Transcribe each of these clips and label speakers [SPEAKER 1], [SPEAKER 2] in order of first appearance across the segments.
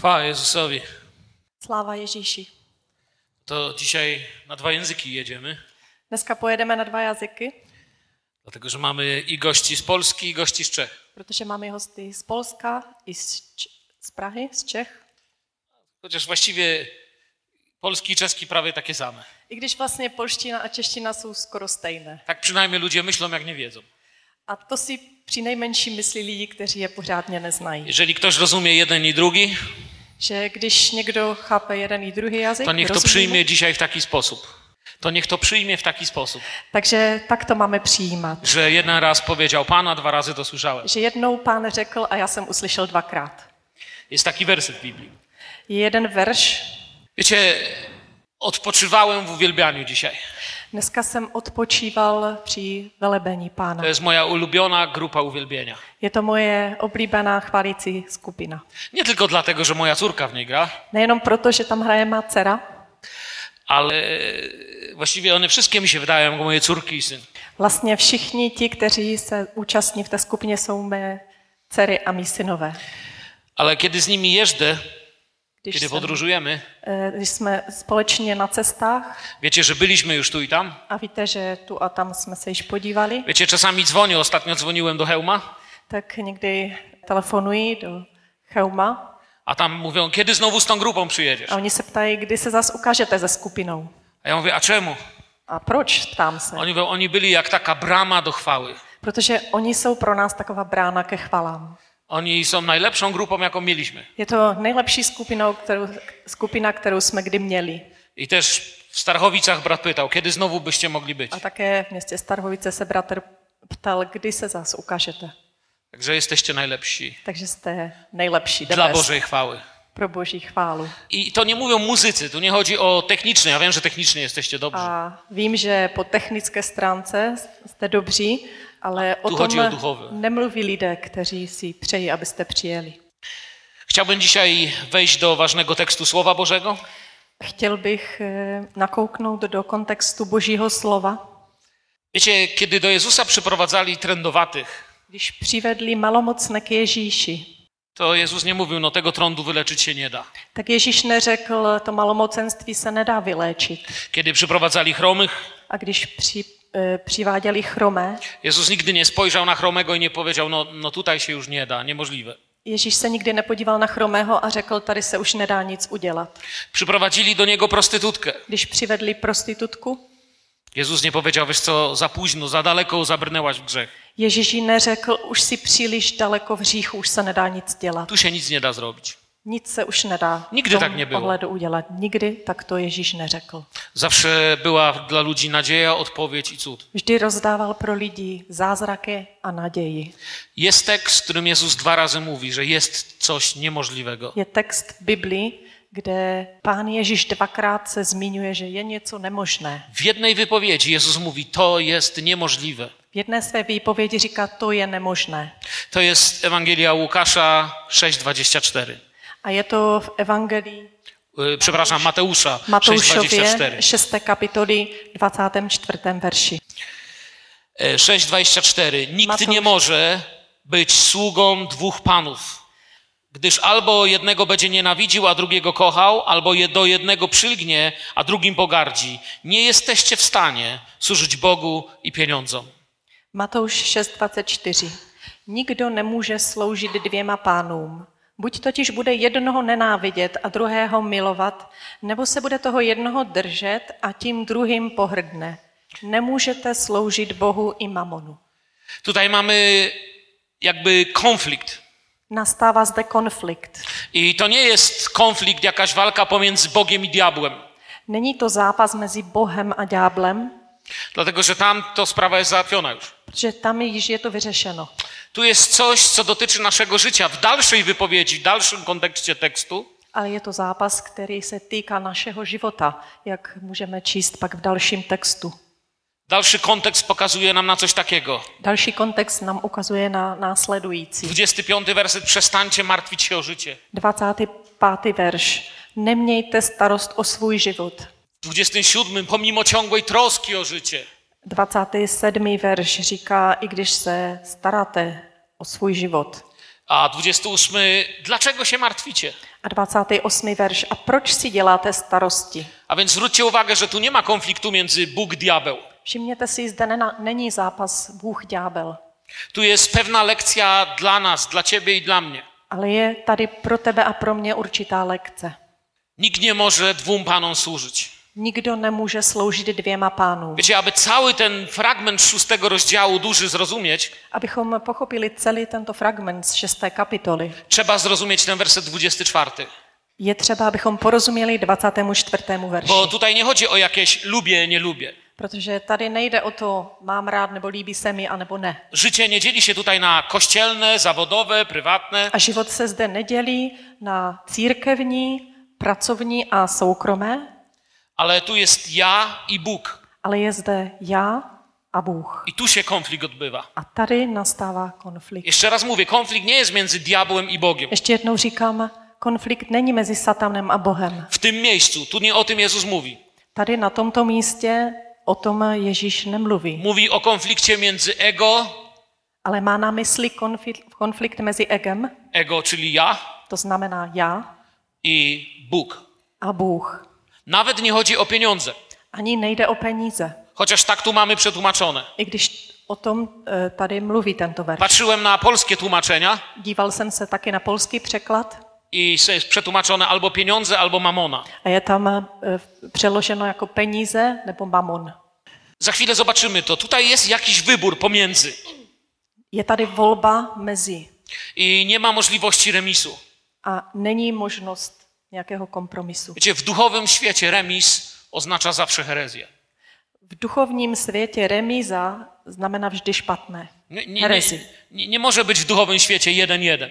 [SPEAKER 1] Chwała Jezusowi.
[SPEAKER 2] Sláva Ježíši.
[SPEAKER 1] To dzisiaj na dwa języki jedziemy,
[SPEAKER 2] Dneska pojedeme na dva jazyky,
[SPEAKER 1] dlatego że mamy i gości z Polski, i gości z Czech.
[SPEAKER 2] protože máme hosty z Polska i z, Č- z Prahy, z Čech.
[SPEAKER 1] Chociaż właściwie polski i czeski prawie takie same.
[SPEAKER 2] I když vlastně polština a čeština jsou skoro stejné.
[SPEAKER 1] Tak przynajmniej ludzie myślą, jak nie wiedzą.
[SPEAKER 2] A to si přinejmenším myslí lidi, kteří je pořádně neznají.
[SPEAKER 1] Jeżeli ktoś rozumie jeden i drugi,
[SPEAKER 2] Že když někdo chápe jeden i druhý jazyk,
[SPEAKER 1] to niech to
[SPEAKER 2] rozumí mu,
[SPEAKER 1] przyjmie dzisiaj w taki sposób. To niech to przyjmie w taki sposób,
[SPEAKER 2] takže tak to máme přijímat.
[SPEAKER 1] że jeden raz powiedział Pana, dwa razy to słyszałem.
[SPEAKER 2] Že jednou pán řekl a já jsem uslyšel dvakrát.
[SPEAKER 1] Jest taki werset w Biblii.
[SPEAKER 2] Je jeden verš.
[SPEAKER 1] Wiecie, odpoczywałem w uwielbianiu dzisiaj.
[SPEAKER 2] Dneska jsem odpočíval při velebení pána.
[SPEAKER 1] To jest moja ulubiona grupa uwielbienia.
[SPEAKER 2] Je to moje oblíbená chválící skupina.
[SPEAKER 1] Nie tylko dlatego, że moja córka w niej gra,
[SPEAKER 2] Nejenom proto, że tam hraje má dcera,
[SPEAKER 1] ale e, właściwie one wszystkie mi się wydają, jako moje córki i syn.
[SPEAKER 2] vlastně všichni ti, kteří se účastní v té skupině, jsou mé dcery a mý synové.
[SPEAKER 1] Ale kiedy z nimi jeżdżę,
[SPEAKER 2] Když,
[SPEAKER 1] kiedy
[SPEAKER 2] jsem,
[SPEAKER 1] podróżujemy,
[SPEAKER 2] eh, když jsme společně na cestách
[SPEAKER 1] wiecie, że byliśmy już tu i tam.
[SPEAKER 2] a víte, že tu a tam jsme se již podívali,
[SPEAKER 1] Wiecie, czasami dzwonię, ostatnio dzwoniłem do Hełma,
[SPEAKER 2] tak někdy telefonují do Cheuma
[SPEAKER 1] a tam mówią, kiedy znowu z tą grupą przyjedziesz?
[SPEAKER 2] a oni se ptají, kdy se zas ukážete ze skupinou.
[SPEAKER 1] A ja mówię, a czemu?
[SPEAKER 2] A proč? Ptám se.
[SPEAKER 1] Oni mówią, oni byli jak taka brama do chwały.
[SPEAKER 2] Protože oni jsou pro nás taková brána ke chvalám.
[SPEAKER 1] Oni są najlepszą grupą, jaką mieliśmy.
[SPEAKER 2] Je to nejlepší skupinou, kterou, skupina, kterou jsme kdy měli.
[SPEAKER 1] I też w Starchowicach brat pytał, kiedy znowu byście mogli być?
[SPEAKER 2] A také v městě Starhovice se bratr ptal, kdy se zas ukážete.
[SPEAKER 1] Także jesteście najlepsi
[SPEAKER 2] Takže jste nejlepší, the
[SPEAKER 1] dla
[SPEAKER 2] best,
[SPEAKER 1] Bożej chwały.
[SPEAKER 2] pro boží chválu.
[SPEAKER 1] I to nie mówią muzycy, tu nie chodzi o technicznie, ja wiem, że technicznie jesteście dobrzy.
[SPEAKER 2] A vím, že po technické stránce jste dobří, ale o
[SPEAKER 1] tu
[SPEAKER 2] tom
[SPEAKER 1] chodí o duchové.
[SPEAKER 2] nemluví lidé, kteří si přejí, abyste přijeli.
[SPEAKER 1] Chciałbym dzisiaj wejść do ważnego tekstu Słowa Bożego.
[SPEAKER 2] Chtěl bych eh, nakouknout do kontextu božího slova.
[SPEAKER 1] Wiecie, kiedy do Jezusa przyprowadzali trędowatych,
[SPEAKER 2] Když přivedli malomocné k Ježíši,
[SPEAKER 1] to Jezus nie mówił, no tego trądu wyleczyć się nie da.
[SPEAKER 2] tak Ježíš neřekl, to malomocenství se nedá vyléčit.
[SPEAKER 1] Kiedy przyprowadzali chromych,
[SPEAKER 2] A když při, eh, přiváděli chromé,
[SPEAKER 1] Jezus nigdy nie spojrzał na chromego i nie powiedział, no, no tutaj się już nie da, niemożliwe.
[SPEAKER 2] Ježíš se nikdy nepodíval na chromého a řekl, tady se už nedá nic udělat.
[SPEAKER 1] Przyprowadzili do niego prostytutkę.
[SPEAKER 2] Když přivedli prostitutku,
[SPEAKER 1] Jezus nie powiedział, wiesz co, za późno, za daleko zabrnęłaś w grzech.
[SPEAKER 2] Ježíš jí neřekl, už si příliš daleko v hříchu, už se nedá nic dělat.
[SPEAKER 1] Tu się nic nie da zrobić.
[SPEAKER 2] Nic se už nedá
[SPEAKER 1] Nikdy
[SPEAKER 2] v tom
[SPEAKER 1] tak nebylo.
[SPEAKER 2] ohledu udělat. Nikdy tak to Ježíš neřekl.
[SPEAKER 1] Zawsze była dla ludzi nadzieja, odpowiedź i cud.
[SPEAKER 2] Vždy rozdával pro lidi zázraky a naději.
[SPEAKER 1] Jest tekst, w którym Jezus dwa razy mówi, że jest coś niemożliwego.
[SPEAKER 2] Je text v Biblii, kde pán Ježíš dvakrát se zmiňuje, že je něco nemožné.
[SPEAKER 1] W jednej wypowiedzi Jezus mówi: To jest niemożliwe.
[SPEAKER 2] V jedné své výpovědi říká, to je nemožné.
[SPEAKER 1] To jest Ewangelia Łukasza 6:24.
[SPEAKER 2] A je to v Evangelii
[SPEAKER 1] Yy, Przepraszam, Mateusza
[SPEAKER 2] Matoušově
[SPEAKER 1] 6:24.
[SPEAKER 2] 6. kapitoly 24. verši.
[SPEAKER 1] Yy, 6:24. Nikt
[SPEAKER 2] Mateusz.
[SPEAKER 1] nie może być sługą dwóch panów, gdyż albo jednego będzie nienawidził, a drugiego kochał, albo je- do jednego przylgnie, a drugim pogardzi. Nie jesteście w stanie służyć Bogu i pieniądzom.
[SPEAKER 2] Matouš 6.24. Nikdo nemůže sloužit dvěma pánům. Buď totiž bude jednoho nenávidět a druhého milovat, nebo se bude toho jednoho držet a tím druhým pohrdne. Nemůžete sloužit Bohu i mamonu.
[SPEAKER 1] Tutaj mamy jakby konflikt.
[SPEAKER 2] Nastává zde konflikt.
[SPEAKER 1] I to nie jest konflikt, jakaś walka pomiędzy Bogiem i diabłem.
[SPEAKER 2] Není to zápas mezi Bohem a ďáblem,
[SPEAKER 1] Dlatego, że tam to sprawa jest załatwiona już.
[SPEAKER 2] protože tam již je to vyřešeno.
[SPEAKER 1] Tu jest coś, co dotyczy naszego życia. W dalszej wypowiedzi, w dalszym kontekście tekstu
[SPEAKER 2] Ale je to zápas, který se týká našeho života, jak můžeme číst pak v dalším textu.
[SPEAKER 1] Dalszy kontekst pokazuje nam na coś takiego.
[SPEAKER 2] Další kontext nám ukazuje na následující.
[SPEAKER 1] 25 werset. Przestańcie martwić się o życie.
[SPEAKER 2] 25. verš. Nemějte starost o svůj život.
[SPEAKER 1] 27. Pomimo ciągłej troski o życie.
[SPEAKER 2] 27. verš říká, i když se staráte o svůj život.
[SPEAKER 1] A 28. Dlaczego się martwicie?
[SPEAKER 2] A A 28. verš. A proč si děláte starosti?
[SPEAKER 1] A więc zwróćcie uwagę, że tu nie ma konfliktu między Bóg diabeł.
[SPEAKER 2] Všimněte si, zde nena- není zápas Bůh-ďábel,
[SPEAKER 1] Tu jest pewna lekcja dla nas, dla ciebie i dla mnie.
[SPEAKER 2] ale je tady pro tebe a pro mě určitá lekce.
[SPEAKER 1] Nikt nie może dwóm panom służyć.
[SPEAKER 2] Nikdo nemůže sloužit dvěma pánům.
[SPEAKER 1] Wiecie, aby cały ten fragment szóstego rozdziału duży zrozumieć,
[SPEAKER 2] Abychom pochopili celý tento fragment z šesté kapitoly,
[SPEAKER 1] trzeba zrozumieć ten werset 24.
[SPEAKER 2] je třeba, abychom porozuměli 24. verši.
[SPEAKER 1] Bo tutaj nie chodzi o jakieś lubię, nie lubię.
[SPEAKER 2] Protože tady nejde o to, mám rád, nebo líbí se mi, anebo ne.
[SPEAKER 1] Życie nie dzieli się tutaj na kościelne, zawodowe, prywatne.
[SPEAKER 2] A život se zde nedělí na církevní, pracovní a soukromé,
[SPEAKER 1] Ale tu jest ja i Bóg.
[SPEAKER 2] ale je zde já a Bůh.
[SPEAKER 1] I tu się konflikt odbywa.
[SPEAKER 2] A tady nastává konflikt.
[SPEAKER 1] Jeszcze raz mówię, konflikt nie jest między diabłem i Bogiem.
[SPEAKER 2] Ještě jednou říkám, konflikt není mezi satanem a Bohem.
[SPEAKER 1] W tym miejscu, tu nie o tym Jezus mówi.
[SPEAKER 2] Tady na tomto místě o tom Ježíš nemluví,
[SPEAKER 1] Mówi o konflikcie między ego,
[SPEAKER 2] ale má na mysli konflikt, konflikt mezi egem,
[SPEAKER 1] ego czyli ja
[SPEAKER 2] to znamená já
[SPEAKER 1] i Bóg.
[SPEAKER 2] a Bůh.
[SPEAKER 1] Nawet nie chodzi o pieniądze,
[SPEAKER 2] Ani nejde o peníze,
[SPEAKER 1] chociaż tak tu mamy przetłumaczone.
[SPEAKER 2] i když o tom eh, tady mluví tento verš.
[SPEAKER 1] Patrzyłem na polskie tłumaczenia
[SPEAKER 2] Díval jsem se taky na polský překlad
[SPEAKER 1] i se jest przetłumaczone albo pieniądze, albo mamona.
[SPEAKER 2] a je tam eh, přeloženo jako peníze nebo mamon.
[SPEAKER 1] Za chwilę zobaczymy to. Tutaj jest jakiś wybór pomiędzy
[SPEAKER 2] Je tady volba mezi
[SPEAKER 1] i nie ma możliwości remisu.
[SPEAKER 2] a není možnost nějakého kompromisu.
[SPEAKER 1] Wiecie, w duchowym świecie remis oznacza zawsze herezję.
[SPEAKER 2] V duchovním světě remíza znamená vždy špatné.
[SPEAKER 1] Nie, nie, nie,
[SPEAKER 2] Herezi.
[SPEAKER 1] nie, nie może być w duchowym świecie jeden jeden.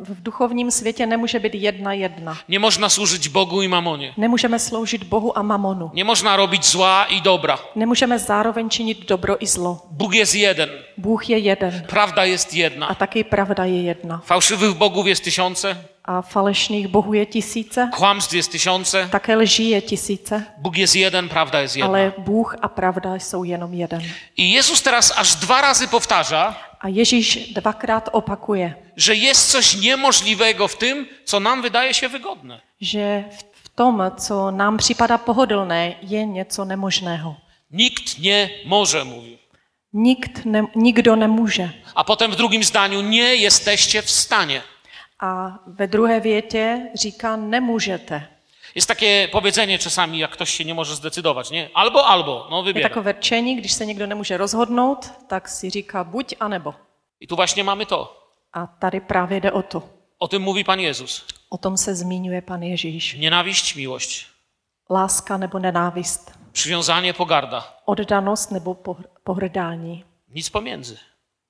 [SPEAKER 2] V duchovním světě nemůže být jedna jedna.
[SPEAKER 1] Nie można służyć Bogu i mamonie.
[SPEAKER 2] Nemůžeme sloužit Bohu a mamonu.
[SPEAKER 1] Nie można robić zła i dobra.
[SPEAKER 2] Nemůžeme zároveň činit dobro i zlo.
[SPEAKER 1] Bóg jest jeden.
[SPEAKER 2] Bůh je jeden
[SPEAKER 1] Prawda jest
[SPEAKER 2] a
[SPEAKER 1] jedna.
[SPEAKER 2] taky pravda je jedna.
[SPEAKER 1] Fałszywych bogów jest tysiące,
[SPEAKER 2] A falešných bohů je tisíce,
[SPEAKER 1] kłamstw jest tysiące.
[SPEAKER 2] také lží je tisíce,
[SPEAKER 1] Bóg jest jeden, prawda jest jedna.
[SPEAKER 2] ale Bůh a pravda jsou jenom jeden.
[SPEAKER 1] I Jezus teraz aż dwa razy powtarza,
[SPEAKER 2] A Ježíš dvakrát opakuje,
[SPEAKER 1] że jest coś niemożliwego w tym, co nam wydaje się wygodne.
[SPEAKER 2] že v- v tom, co nám připadá pohodlné, je něco nemožného.
[SPEAKER 1] Nikt nie może, mówi.
[SPEAKER 2] Nikt ne, nikdo nemůže.
[SPEAKER 1] A potem w drugim zdaniu, nie jesteście w stanie.
[SPEAKER 2] A ve druhé větě říká nemůžete.
[SPEAKER 1] Jest takie powiedzenie czasami, jak ktoś się nie może zdecydować, nie? Albo, albo, no
[SPEAKER 2] Je
[SPEAKER 1] wybieram.
[SPEAKER 2] takové rčení, když se někdo nemůže rozhodnout, tak si říká buď a nebo.
[SPEAKER 1] I tu właśnie mamy to.
[SPEAKER 2] A tady právě jde o to.
[SPEAKER 1] O tym mówi Pan Jezus.
[SPEAKER 2] O tom se zmiňuje pan Ježíš.
[SPEAKER 1] Nienawiść, miłość.
[SPEAKER 2] Láska nebo nenávist,
[SPEAKER 1] Przywiązanie, pogarda.
[SPEAKER 2] oddanost nebo pohr- pohrdání.
[SPEAKER 1] Nic pomiędzy.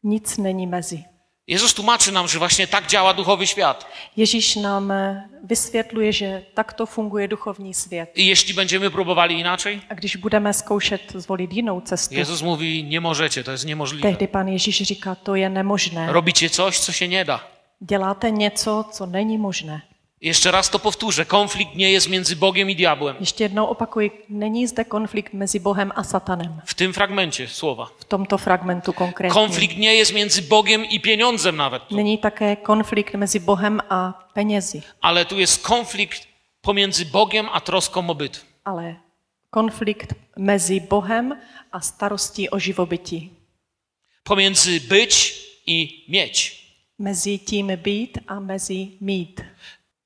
[SPEAKER 2] Nic není mezi.
[SPEAKER 1] Jezus tłumaczy nam, że właśnie tak działa duchowy świat.
[SPEAKER 2] Ježíš nám eh, vysvětluje, že takto funguje duchovní svět.
[SPEAKER 1] I jeśli będziemy próbowali inaczej,
[SPEAKER 2] A když budeme zkoušet zvolit jinou cestu,
[SPEAKER 1] Jezus mówi, nie możecie, to jest niemożliwe.
[SPEAKER 2] tehdy pan Ježíš říká, to je nemožné.
[SPEAKER 1] Robicie coś, co się nie da.
[SPEAKER 2] Děláte něco, co není možné.
[SPEAKER 1] Jeszcze raz to powtórzę, konflikt nie jest między Bogiem i diabłem.
[SPEAKER 2] Ještě jednou opakuji, není zde konflikt mezi Bohem a satanem
[SPEAKER 1] W tym fragmencie słowa.
[SPEAKER 2] v tomto fragmentu konkrétně.
[SPEAKER 1] Konflikt nie jest między Bogiem i pieniądzem nawet,
[SPEAKER 2] Není také konflikt mezi Bohem a penězi,
[SPEAKER 1] ale tu jest konflikt pomiędzy Bogiem a troską o byt.
[SPEAKER 2] ale konflikt mezi Bohem a starostí o živobytí.
[SPEAKER 1] Pomiędzy być i mieć.
[SPEAKER 2] Mezi tím být a mezi mít.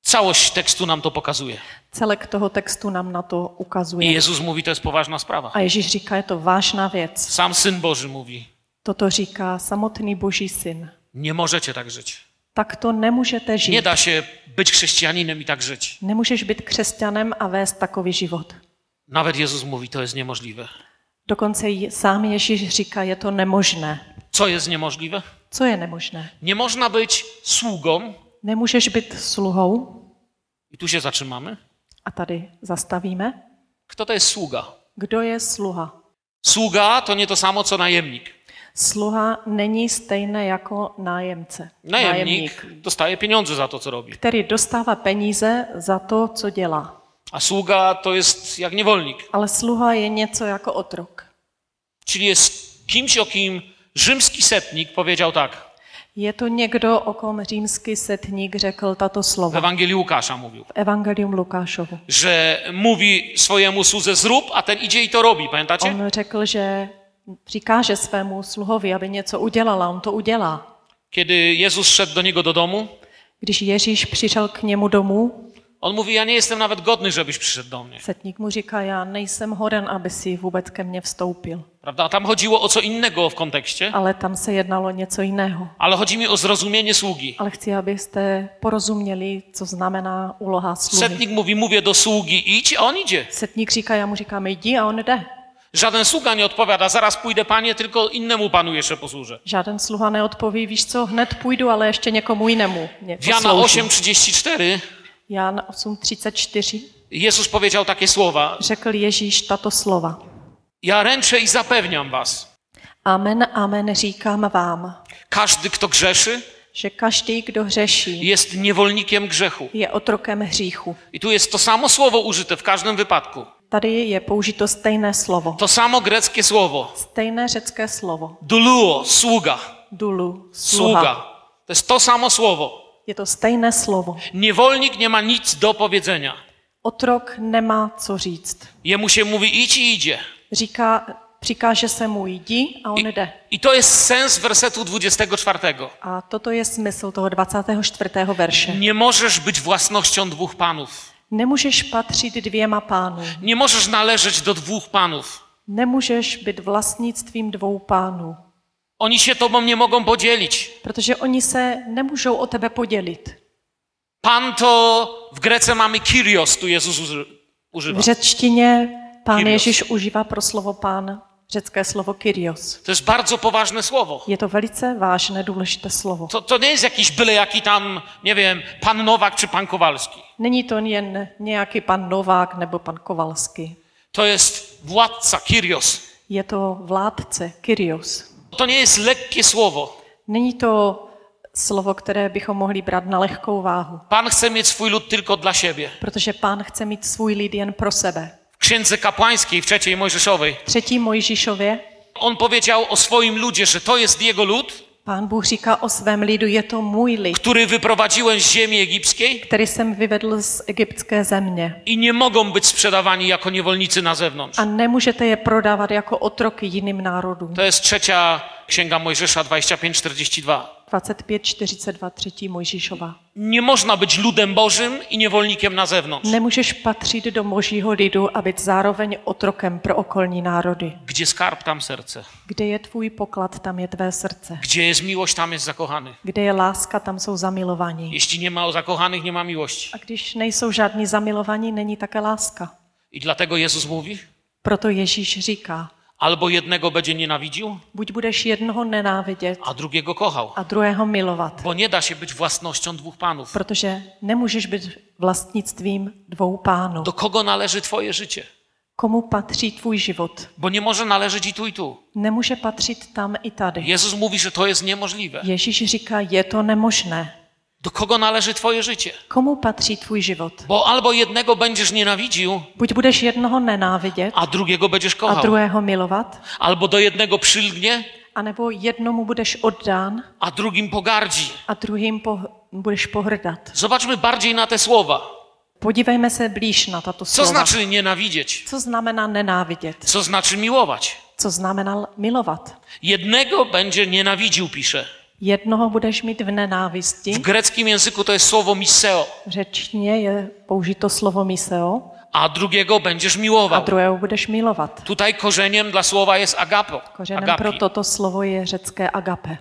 [SPEAKER 1] Całość tekstu nam to pokazuje.
[SPEAKER 2] Celek toho textu nám na to
[SPEAKER 1] I
[SPEAKER 2] ukazuje.
[SPEAKER 1] Jezus mówi, to jest poważna sprawa.
[SPEAKER 2] A Ježíš říká, je to vážná věc.
[SPEAKER 1] Sam Syn Boży mówi,
[SPEAKER 2] Toto říká samotný Boží syn.
[SPEAKER 1] nie możecie tak żyć.
[SPEAKER 2] Tak to nemůžete
[SPEAKER 1] Nie
[SPEAKER 2] žít.
[SPEAKER 1] da się być chrześcijaninem i tak żyć.
[SPEAKER 2] Nemůžeš být křesťanem a vést takový život.
[SPEAKER 1] Nawet Jezus mówi, to jest niemożliwe.
[SPEAKER 2] Dokonce i sám Ježíš říká, je to nemožné.
[SPEAKER 1] Co jest niemożliwe?
[SPEAKER 2] Co je nemožné?
[SPEAKER 1] Nie można być sługą,
[SPEAKER 2] Nemůžeš být sluhou,
[SPEAKER 1] i tu się zatrzymamy.
[SPEAKER 2] a tady zastavíme.
[SPEAKER 1] Kto to jest sługa?
[SPEAKER 2] Kdo je sluha?
[SPEAKER 1] Sługa to nie to samo co najemnik.
[SPEAKER 2] Sluha není stejné jako nájemce.
[SPEAKER 1] Najemnik dostaje pieniądze za to, co robi.
[SPEAKER 2] který dostává peníze za to, co dělá.
[SPEAKER 1] A sługa to jest jak niewolnik.
[SPEAKER 2] Ale sluha je něco jako otrok.
[SPEAKER 1] Czyli jest kimś, o kim rzymski setnik powiedział tak.
[SPEAKER 2] Je to někdo, o kom římský setník řekl tato
[SPEAKER 1] W
[SPEAKER 2] slova.
[SPEAKER 1] Ewangelii Łukasza mówił,
[SPEAKER 2] Evangelium Lukášovu.
[SPEAKER 1] że mówi swojemu słudze zrób, a ten idzie i to robi, pamiętacie?
[SPEAKER 2] On řekl, že přikáže svému sluhovi, aby něco udělala, on to udělá.
[SPEAKER 1] Kiedy Jezus szedł do niego do domu,
[SPEAKER 2] Když Ježíš přišel k němu domů,
[SPEAKER 1] on mówi, ja nie jestem nawet godny, żebyś przyszedł do mnie.
[SPEAKER 2] setník mu říká, já nejsem hoden, aby si vůbec ke mně vstoupil.
[SPEAKER 1] Prawda? Tam chodziło o co innego w kontekście,
[SPEAKER 2] Ale tam se jednalo něco jiného.
[SPEAKER 1] ale chodzi mi o zrozumienie sługi.
[SPEAKER 2] Ale chci, abyste porozuměli, co znamená úloha sluhy.
[SPEAKER 1] Setnik mówi, mówię do sługi, idź, a on idzie.
[SPEAKER 2] Setník říká, já mu říkám, jdi a on jde.
[SPEAKER 1] Żaden sługa nie odpowiada, zaraz pójdę, panie, tylko innemu panu ještě posłużę.
[SPEAKER 2] Žáden sluha neodpoví, víš co, hned půjdu, ale ještě někomu jinému. Mě
[SPEAKER 1] W Jana
[SPEAKER 2] poslouží."
[SPEAKER 1] 8,34
[SPEAKER 2] Jan 8.34
[SPEAKER 1] Jezus powiedział takie słowa.
[SPEAKER 2] řekl Ježíš tato slova.
[SPEAKER 1] Ja ręczę i zapewniam was.
[SPEAKER 2] Amen, amen, říkám vám,
[SPEAKER 1] Każdy, kto grzeszy,
[SPEAKER 2] že každý, kdo hřeší,
[SPEAKER 1] jest niewolnikiem grzechu.
[SPEAKER 2] je otrokem hříchu.
[SPEAKER 1] I tu jest to samo słowo użyte w każdym wypadku.
[SPEAKER 2] Tady je použito stejné slovo.
[SPEAKER 1] To samo greckie słowo.
[SPEAKER 2] Stejné řecké slovo.
[SPEAKER 1] Duluo, sługa,
[SPEAKER 2] Dulu,
[SPEAKER 1] sługa.
[SPEAKER 2] sluha.
[SPEAKER 1] To jest to samo słowo.
[SPEAKER 2] Je to stejné slovo.
[SPEAKER 1] Niewolnik nie ma nic do powiedzenia.
[SPEAKER 2] Otrok nemá co říct.
[SPEAKER 1] Jemu się mówi idź i idzie.
[SPEAKER 2] Říká, přikáže se mu jdi a on
[SPEAKER 1] I,
[SPEAKER 2] jde.
[SPEAKER 1] I to jest sens wersetu 24.
[SPEAKER 2] A toto je smysl toho 24. verše.
[SPEAKER 1] Nie możesz być własnością dwóch panów.
[SPEAKER 2] Nemůžeš patřit dvěma pánům.
[SPEAKER 1] Nie możesz należeć do dwóch panów.
[SPEAKER 2] Nemůžeš být vlastnictvím dvou pánů,
[SPEAKER 1] Oni się tobą nie mogą podzielić.
[SPEAKER 2] protože oni se nemůžou o tebe podělit.
[SPEAKER 1] Pan to w Grece mamy Kyrios, tu Jezus uży- używa.
[SPEAKER 2] V řečtině pán
[SPEAKER 1] Kyrios.
[SPEAKER 2] Ježíš užívá pro slovo pán řecké slovo kyrios.
[SPEAKER 1] To jest bardzo poważne słowo.
[SPEAKER 2] Je to velice vážné, důležité slovo.
[SPEAKER 1] To, to nie jest jakiś byle jaki tam, nie wiem, pan Nowak czy pan Kowalski.
[SPEAKER 2] Není to jen nějaký pan Novák nebo pan Kovalsky.
[SPEAKER 1] To jest władca, Kyrios.
[SPEAKER 2] Je to vládce, kyrios.
[SPEAKER 1] To nie jest lekkie słowo.
[SPEAKER 2] Není to slovo, které bychom mohli brát na lehkou váhu,
[SPEAKER 1] Pan chce mieć swój lud tylko dla siebie.
[SPEAKER 2] protože pán chce mít svůj lid jen pro sebe.
[SPEAKER 1] W Księdze Kapłańskiej, w trzeciej Mojżeszowej,
[SPEAKER 2] Třetí Mojžíšově
[SPEAKER 1] on powiedział o swoim ludzie, że to jest jego lud,
[SPEAKER 2] pán Bůh říká o svém lidu, je to můj lid,
[SPEAKER 1] który wyprowadziłem z ziemi egipskiej
[SPEAKER 2] který jsem vyvedl z egyptské země.
[SPEAKER 1] i nie mogą być sprzedawani jako niewolnicy na zewnątrz.
[SPEAKER 2] A nemůžete je prodávat jako otroky jiným národům.
[SPEAKER 1] To jest trzecia Księga Mojżesza 25-42.
[SPEAKER 2] 25, 42, 3. Mojžíšova.
[SPEAKER 1] Nie można być ludem Bożym i niewolnikiem na zewnątrz.
[SPEAKER 2] Nemůžeš patřit do božího lidu a být zároveň otrokem pro okolní národy.
[SPEAKER 1] Gdzie skarb, tam serce.
[SPEAKER 2] Kde je tvůj poklad, tam je tvé srdce.
[SPEAKER 1] Gdzie jest miłość, tam jest zakochany.
[SPEAKER 2] Kde je láska, tam jsou zamilovaní.
[SPEAKER 1] Jeśli nie ma zakochanych, nie ma miłości.
[SPEAKER 2] A když nejsou žádní zamilovaní, není také láska.
[SPEAKER 1] I dlatego Jezus mówi,
[SPEAKER 2] Proto Ježíš říká,
[SPEAKER 1] albo jednego będzie nienawidził,
[SPEAKER 2] buď budeš jednoho nenávidět
[SPEAKER 1] a drugiego kochał.
[SPEAKER 2] a druhého milovat.
[SPEAKER 1] Bo nie da się być własnością dwóch panów.
[SPEAKER 2] Protože nemůžeš být vlastnictvím dvou pánů.
[SPEAKER 1] Do kogo należy twoje życie?
[SPEAKER 2] Komu patří tvůj život?
[SPEAKER 1] Bo nie może należeć i tu, i tu.
[SPEAKER 2] Nemůže patřit tam i tady.
[SPEAKER 1] Jezus mówi, że to jest niemożliwe.
[SPEAKER 2] Ježíš říká, je to nemožné.
[SPEAKER 1] Do kogo należy twoje życie?
[SPEAKER 2] Komu patří tvůj život?
[SPEAKER 1] Bo albo jednego będziesz nienawidził,
[SPEAKER 2] Buď budeš jednoho nenávidět
[SPEAKER 1] a drugiego będziesz
[SPEAKER 2] a
[SPEAKER 1] kochał.
[SPEAKER 2] druhého milovat,
[SPEAKER 1] Albo do jednego przylgnie,
[SPEAKER 2] anebo jednomu budeš oddán
[SPEAKER 1] a drugim pogardzi.
[SPEAKER 2] a druhým po, budeš pohrdat.
[SPEAKER 1] Zobaczmy bardziej na te słowa.
[SPEAKER 2] Podívejme se blíž na tato
[SPEAKER 1] Co
[SPEAKER 2] slova.
[SPEAKER 1] znaczy nienawidzieć?
[SPEAKER 2] Co znamená nenávidět?
[SPEAKER 1] Co znaczy miłować?
[SPEAKER 2] Co znamená milovat?
[SPEAKER 1] Jednego będzie nienawidził, pisze.
[SPEAKER 2] Jednoho budeš mít v nenávisti.
[SPEAKER 1] W greckim języku to jest słowo miseo,
[SPEAKER 2] Řečně je použito slovo miseo.
[SPEAKER 1] a drugiego będziesz
[SPEAKER 2] A
[SPEAKER 1] miłował.
[SPEAKER 2] druhého budeš milovat.
[SPEAKER 1] Tutaj korzeniem dla słowa jest agapo.
[SPEAKER 2] Kořenem pro
[SPEAKER 1] Agapi.
[SPEAKER 2] toto slovo je řecké agape.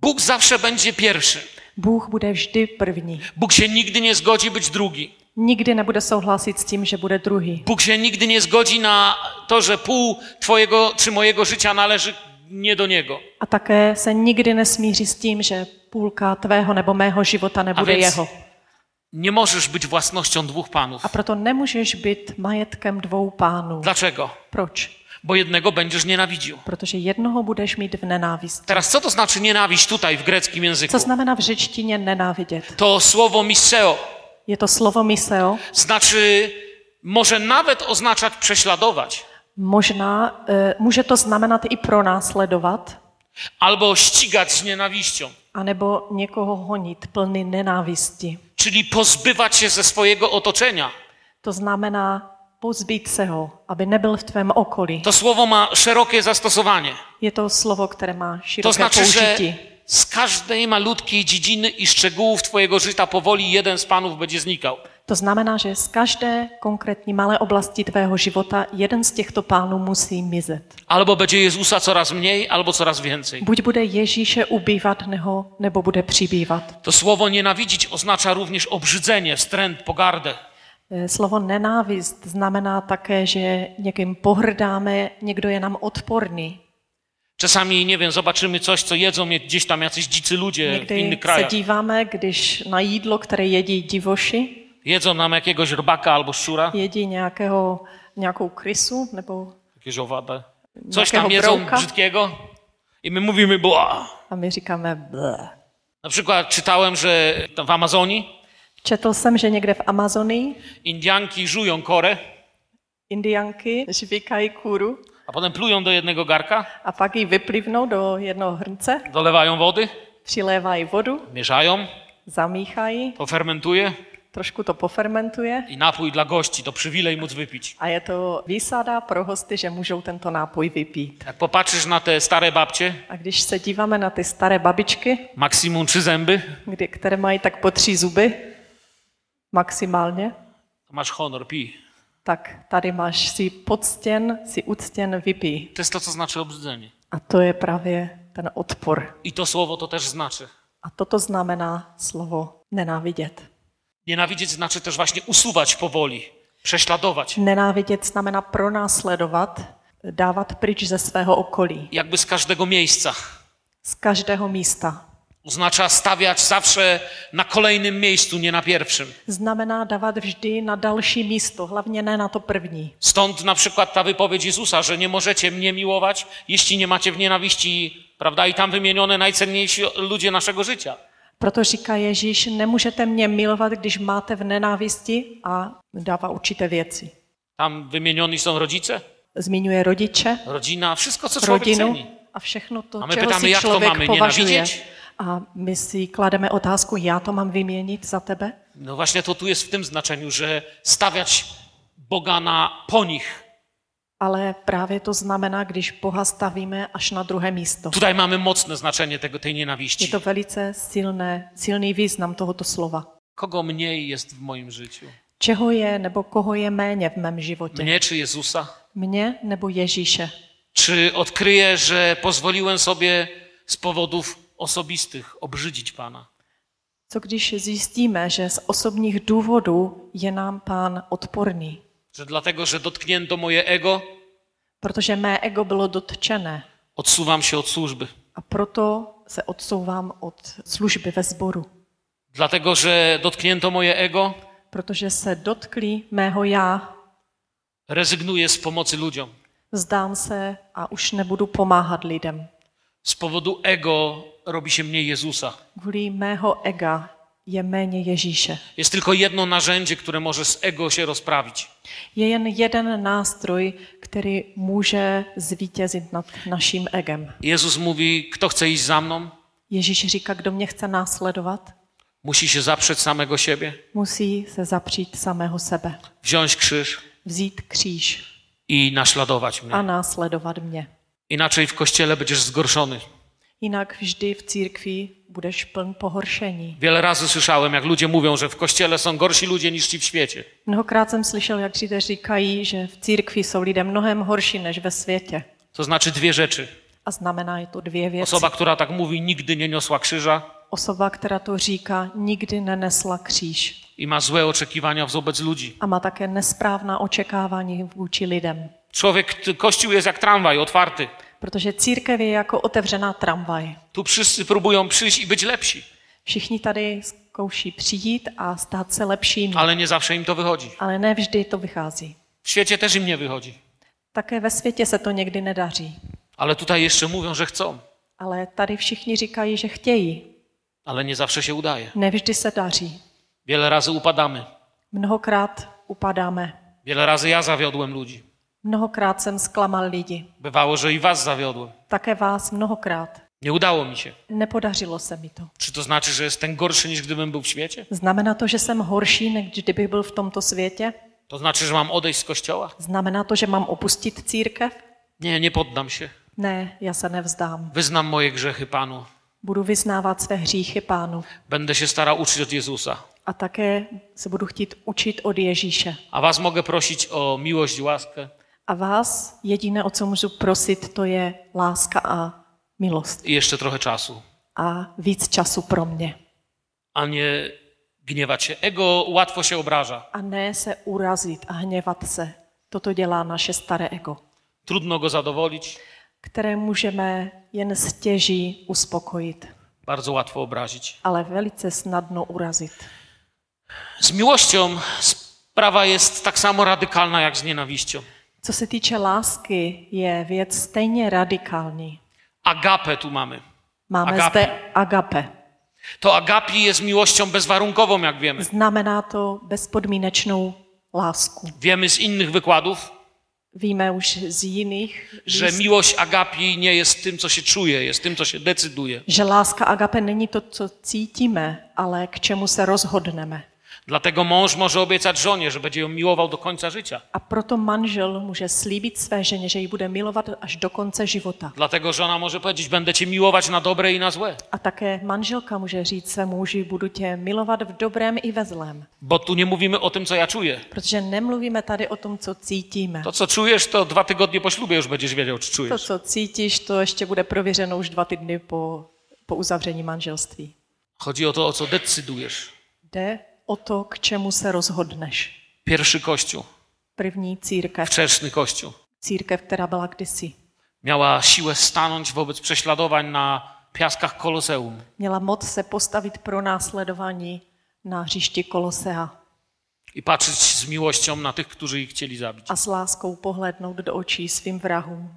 [SPEAKER 1] Bóg zawsze będzie pierwszy.
[SPEAKER 2] Bůh bude vždy první.
[SPEAKER 1] Bóg się nigdy nie zgodzi być drugi.
[SPEAKER 2] Nikdy nebude souhlasit s tím, že bude druhý.
[SPEAKER 1] Bóg się nigdy nie zgodzi na to, że pół twojego czy mojego życia należy nie do niego.
[SPEAKER 2] A také se nikdy nesmíří s tím, že půlka tvého nebo mého života nebude
[SPEAKER 1] věc-
[SPEAKER 2] jeho.
[SPEAKER 1] Nie możesz być własnością dwóch panów.
[SPEAKER 2] A proto nemůžeš být majetkem dvou pánů.
[SPEAKER 1] Dlaczego?
[SPEAKER 2] Proč?
[SPEAKER 1] Bo jednego będziesz nienawidził.
[SPEAKER 2] Protože jednoho budeš mít v nenávisti.
[SPEAKER 1] Teraz co to znaczy nienawiść tutaj w greckim języku?
[SPEAKER 2] Co znamená v řečtině nenávidět?
[SPEAKER 1] To słowo miseo
[SPEAKER 2] Je to slovo miseo,
[SPEAKER 1] znaczy, może nawet oznaczać prześladować,
[SPEAKER 2] možná, eh, může to znamenat i pronásledovat,
[SPEAKER 1] albo ścigać z nienawiścią,
[SPEAKER 2] anebo někoho honit plný nenávisti.
[SPEAKER 1] Czyli pozbywać się ze swojego otoczenia.
[SPEAKER 2] To znamená pozbít se ho, aby nebyl v tvém okolí.
[SPEAKER 1] To słowo ma szerokie zastosowanie.
[SPEAKER 2] Je to slovo, které má
[SPEAKER 1] To
[SPEAKER 2] široké
[SPEAKER 1] znaczy, że
[SPEAKER 2] použití.
[SPEAKER 1] z każdej malutkiej dziedziny i szczegółów Twojego życia powoli jeden z panów będzie znikał.
[SPEAKER 2] To znamená, že z každé konkrétní malé oblasti tvého života jeden z těchto pánů musí mizet.
[SPEAKER 1] Albo będzie Jezusa coraz mniej, albo coraz więcej.
[SPEAKER 2] Buď bude Ježíše ubývat nebo, nebo bude přibývat.
[SPEAKER 1] To słowo nienawidzić oznacza również obrzydzenie, wstręt, pogardę.
[SPEAKER 2] Eh, Slovo nenávist znamená také, že někým pohrdáme, někdo je nám odporný.
[SPEAKER 1] Czasami, nie wiem, zobaczymy coś, co jedzą je- gdzieś tam jacyś dzicy ludzie w
[SPEAKER 2] Někdy
[SPEAKER 1] innych
[SPEAKER 2] se
[SPEAKER 1] krajach.
[SPEAKER 2] díváme, když na jídlo, které jedí divoši,
[SPEAKER 1] Jedzą nam jakiegoś rybaka albo szczura,
[SPEAKER 2] jedí nějakého, nějakou krysu nebo
[SPEAKER 1] jakieś owady. Coś
[SPEAKER 2] Jakiego
[SPEAKER 1] tam jedzą
[SPEAKER 2] brołka?
[SPEAKER 1] brzydkiego i my mówimy, bo.
[SPEAKER 2] a my říkáme ble.
[SPEAKER 1] Na przykład czytałem, że tam w Amazonii
[SPEAKER 2] Četl jsem, že někde v Amazonii
[SPEAKER 1] Indianki żują korę,
[SPEAKER 2] indianky žvíkají kůru
[SPEAKER 1] a potem plują do jednego garka,
[SPEAKER 2] a pak ji vyplivnou do jednoho hrnce,
[SPEAKER 1] dolewają wody,
[SPEAKER 2] přilévají vodu,
[SPEAKER 1] mieszają,
[SPEAKER 2] zamíchají,
[SPEAKER 1] to fermentuje
[SPEAKER 2] trošku to pofermentuje
[SPEAKER 1] i napój dla gości, to przywilej móc wypić.
[SPEAKER 2] a je to výsada pro hosty, že můžou tento nápoj vypít.
[SPEAKER 1] Jak popatrzysz na te stare babcie,
[SPEAKER 2] A když se díváme na ty staré babičky,
[SPEAKER 1] maksimum trzy zęby,
[SPEAKER 2] kdy, které mají tak po tři zuby maximálně,
[SPEAKER 1] to masz honor, pij.
[SPEAKER 2] tak tady máš si poctěn, si uctěn, vypij.
[SPEAKER 1] To jest to, co znaczy obrzydzenie.
[SPEAKER 2] A to je právě ten odpor.
[SPEAKER 1] I to słowo to też znaczy.
[SPEAKER 2] A toto znamená slovo nenávidět.
[SPEAKER 1] Nienawidzieć znaczy też właśnie usuwać powoli, prześladować.
[SPEAKER 2] Nenávidět znamená pronásledovat, dávat pryč ze svého okolí,
[SPEAKER 1] Jakby z każdego miejsca.
[SPEAKER 2] z každého místa.
[SPEAKER 1] Oznacza stawiać zawsze na kolejnym miejscu, nie na pierwszym.
[SPEAKER 2] Znamená dávat vždy na další místo, hlavně ne na to první.
[SPEAKER 1] Stąd na przykład ta wypowiedź Jezusa, że nie możecie mnie miłować, jeśli nie macie w nienawiści, prawda? I tam wymienione najcenniejsi ludzie naszego życia.
[SPEAKER 2] Proto říká Ježíš, nemůžete mě milovat, když máte v nenávisti a dává určité věci.
[SPEAKER 1] Tam wymienioni są rodzice,
[SPEAKER 2] Zmiňuje rodiče,
[SPEAKER 1] rodzina, wszystko co człowiek
[SPEAKER 2] rodinu
[SPEAKER 1] ceni.
[SPEAKER 2] a všechno to,
[SPEAKER 1] A my
[SPEAKER 2] čeho
[SPEAKER 1] pytáme,
[SPEAKER 2] si
[SPEAKER 1] jak to
[SPEAKER 2] člověk
[SPEAKER 1] máme
[SPEAKER 2] považuje.
[SPEAKER 1] nenávidět?
[SPEAKER 2] A my si klademe otázku, já to mám vyměnit za tebe?
[SPEAKER 1] No właśnie to tu jest w tym znaczeniu, że stawiać Boga na po nich.
[SPEAKER 2] Ale právě to znamená, když Boha stavíme až na druhé místo.
[SPEAKER 1] Tutaj mamy mocne znaczenie tego, tej
[SPEAKER 2] Je
[SPEAKER 1] nienawiści.
[SPEAKER 2] to velice silné, silný význam tohoto slova.
[SPEAKER 1] Kogo mniej jest w moim życiu?
[SPEAKER 2] Čeho je nebo koho je méně v mém životě?
[SPEAKER 1] Mnie czy Jezusa?
[SPEAKER 2] Mě nebo Ježíše?
[SPEAKER 1] Czy odkryję, że pozwoliłem sobie z powodów osobistych obrzydzić Pana?
[SPEAKER 2] Co když zjistíme, že z osobních důvodů je nám pán odporný?
[SPEAKER 1] Że dlatego, że dotknięto moje ego,
[SPEAKER 2] Protože mé ego bylo dotčené
[SPEAKER 1] odsuwam się od służby.
[SPEAKER 2] a proto se odsouvám od služby ve sboru.
[SPEAKER 1] Dlatego, że dotknięto moje ego,
[SPEAKER 2] Protože se dotkli mého já,
[SPEAKER 1] rezygnuję z pomocy ludziom.
[SPEAKER 2] vzdám se a už nebudu pomáhat lidem.
[SPEAKER 1] Z powodu ego robi się mniej Jezusa.
[SPEAKER 2] Kvůli mého ega je méně Ježíše.
[SPEAKER 1] Jest tylko jedno narzędzie, które może z ego się rozprawić.
[SPEAKER 2] Je jen jeden nástroj, který může zvítězit nad naším egem.
[SPEAKER 1] Jezus mówi: Kto chce iść za mną,
[SPEAKER 2] Ježíš říká, kdo mě chce následovat,
[SPEAKER 1] musi się zaprzeć samego siebie,
[SPEAKER 2] musí se zapřít samého sebe,
[SPEAKER 1] wziąć krzyż
[SPEAKER 2] vzít kříž
[SPEAKER 1] i naśladować mnie.
[SPEAKER 2] a následovat mě.
[SPEAKER 1] Inaczej w kościele będziesz zgorszony.
[SPEAKER 2] Jinak vždy v církvi budeš pln pohoršení.
[SPEAKER 1] Wiele razy słyszałem, jak ludzie mówią, że w kościele są gorsi ludzie niż ci w świecie.
[SPEAKER 2] Mnohokrát jsem slyšel, jak Židé říkají, že v církvi jsou lidé mnohem horší než ve světě.
[SPEAKER 1] To znaczy dwie rzeczy.
[SPEAKER 2] A znamená je to dvě věci.
[SPEAKER 1] Osoba, która tak mówi, nigdy nie niosła krzyża
[SPEAKER 2] Osoba, která to říká, nikdy nenesla kříž
[SPEAKER 1] i ma złe oczekiwania wobec ludzi.
[SPEAKER 2] a má také nesprávná očekávání vůči lidem.
[SPEAKER 1] Człowiek, t- kościół jest jak tramwaj, otwarty.
[SPEAKER 2] Protože církev je jako otevřená tramvaj.
[SPEAKER 1] Tu wszyscy próbują przyjść i być lepsi,
[SPEAKER 2] Všichni tady zkouší přijít a stát se lepšími,
[SPEAKER 1] ale nie zawsze im to wychodzi.
[SPEAKER 2] ale ne vždy to vychází.
[SPEAKER 1] W świecie też im nie wychodzi.
[SPEAKER 2] Také ve světě se to někdy nedaří.
[SPEAKER 1] Ale tutaj jeszcze mówią, że chcą,
[SPEAKER 2] Ale tady všichni říkají, že chtějí.
[SPEAKER 1] ale nie zawsze się udaje.
[SPEAKER 2] Nevždy se daří.
[SPEAKER 1] Wiele razy upadamy.
[SPEAKER 2] Mnohokrát upadáme.
[SPEAKER 1] Wiele razy ja zawiodłem ludzi.
[SPEAKER 2] Mnohokrát jsem zklamal lidi.
[SPEAKER 1] Bywało, że i was zawiodłem.
[SPEAKER 2] Také vás mnohokrát.
[SPEAKER 1] Nie udało mi się.
[SPEAKER 2] Nepodařilo se mi to.
[SPEAKER 1] Czy to znaczy, że jestem gorszy niż gdybym byl v světě?
[SPEAKER 2] Znamená to, že jsem horší, než kdybych byl v tomto světě?
[SPEAKER 1] To znaczy, że mam odejść z kościoła?
[SPEAKER 2] Znamená to, že mám opustit církev?
[SPEAKER 1] Nie, nie poddam się.
[SPEAKER 2] Ne, já se nevzdám.
[SPEAKER 1] Wyznam moje grzechy Panu.
[SPEAKER 2] Budu vyznávat své hříchy pánu
[SPEAKER 1] Będę się starał uczyć od Jezusa.
[SPEAKER 2] a také se budu chtít učit od Ježíše.
[SPEAKER 1] A was mogę prosić o miłość i łaskę.
[SPEAKER 2] A vás jediné, o co můžu prosit, to je láska a milost.
[SPEAKER 1] I jeszcze trochę czasu.
[SPEAKER 2] A víc času pro mě.
[SPEAKER 1] A nie gniewać się. Ego łatwo się obraża.
[SPEAKER 2] A ne se urazit a hněvat se. Toto dělá naše staré ego,
[SPEAKER 1] Trudno go zadowolić,
[SPEAKER 2] které můžeme jen stěží uspokojit,
[SPEAKER 1] bardzo łatwo obrazić.
[SPEAKER 2] ale velice snadno urazit.
[SPEAKER 1] Z miłością sprawa jest tak samo radykalna jak z nienawiścią.
[SPEAKER 2] Co se týče lásky, je věc stejně radikální.
[SPEAKER 1] Agapę tu mamy.
[SPEAKER 2] Máme
[SPEAKER 1] Agape.
[SPEAKER 2] agape. zde agape.
[SPEAKER 1] To agapi jest miłością bezwarunkową, jak wiemy.
[SPEAKER 2] Znamená to bezpodmínečnou lásku.
[SPEAKER 1] Wiemy z innych wykładów,
[SPEAKER 2] Víme už z jiných,
[SPEAKER 1] że
[SPEAKER 2] míst,
[SPEAKER 1] miłość agapi nie jest tym, co się czuje, jest tym, co się decyduje.
[SPEAKER 2] že láska agape není to, co cítíme, ale k čemu se rozhodneme.
[SPEAKER 1] Dlatego mąż może obiecać żonie, że będzie ją miłował do końca życia.
[SPEAKER 2] A proto manžel může slíbit své ženě, že ji bude milovat až do konce života.
[SPEAKER 1] Dlatego żona może powiedzieć, będę cię miłować na dobre i na złe.
[SPEAKER 2] A také manželka může říct svému muži, budu tě milovat v dobrém i ve zlém.
[SPEAKER 1] Bo tu nie mówimy o tym, co ja czuję.
[SPEAKER 2] Protože nemluvíme tady o tom, co cítíme.
[SPEAKER 1] To, co czujesz, to dwa tygodnie po ślubie już będziesz wiedział, czy
[SPEAKER 2] To,
[SPEAKER 1] czujesz.
[SPEAKER 2] co cítíš, to ještě bude prověřeno už dva týdny po, po uzavření manželství.
[SPEAKER 1] Chodzi o to, o co decydujesz.
[SPEAKER 2] Jde o to, k čemu se rozhodneš.
[SPEAKER 1] Pierwszy kościół,
[SPEAKER 2] První církev,
[SPEAKER 1] wczesny kościół,
[SPEAKER 2] církev, která byla kdysi,
[SPEAKER 1] miała siłę stanąć wobec prześladowań na piaskach Koloseum.
[SPEAKER 2] měla moc se postavit pro následování na hřišti Kolosea
[SPEAKER 1] i patrzeć z miłością na tych, którzy ich chcieli zabić.
[SPEAKER 2] a s láskou pohlédnout do očí svým vrahům.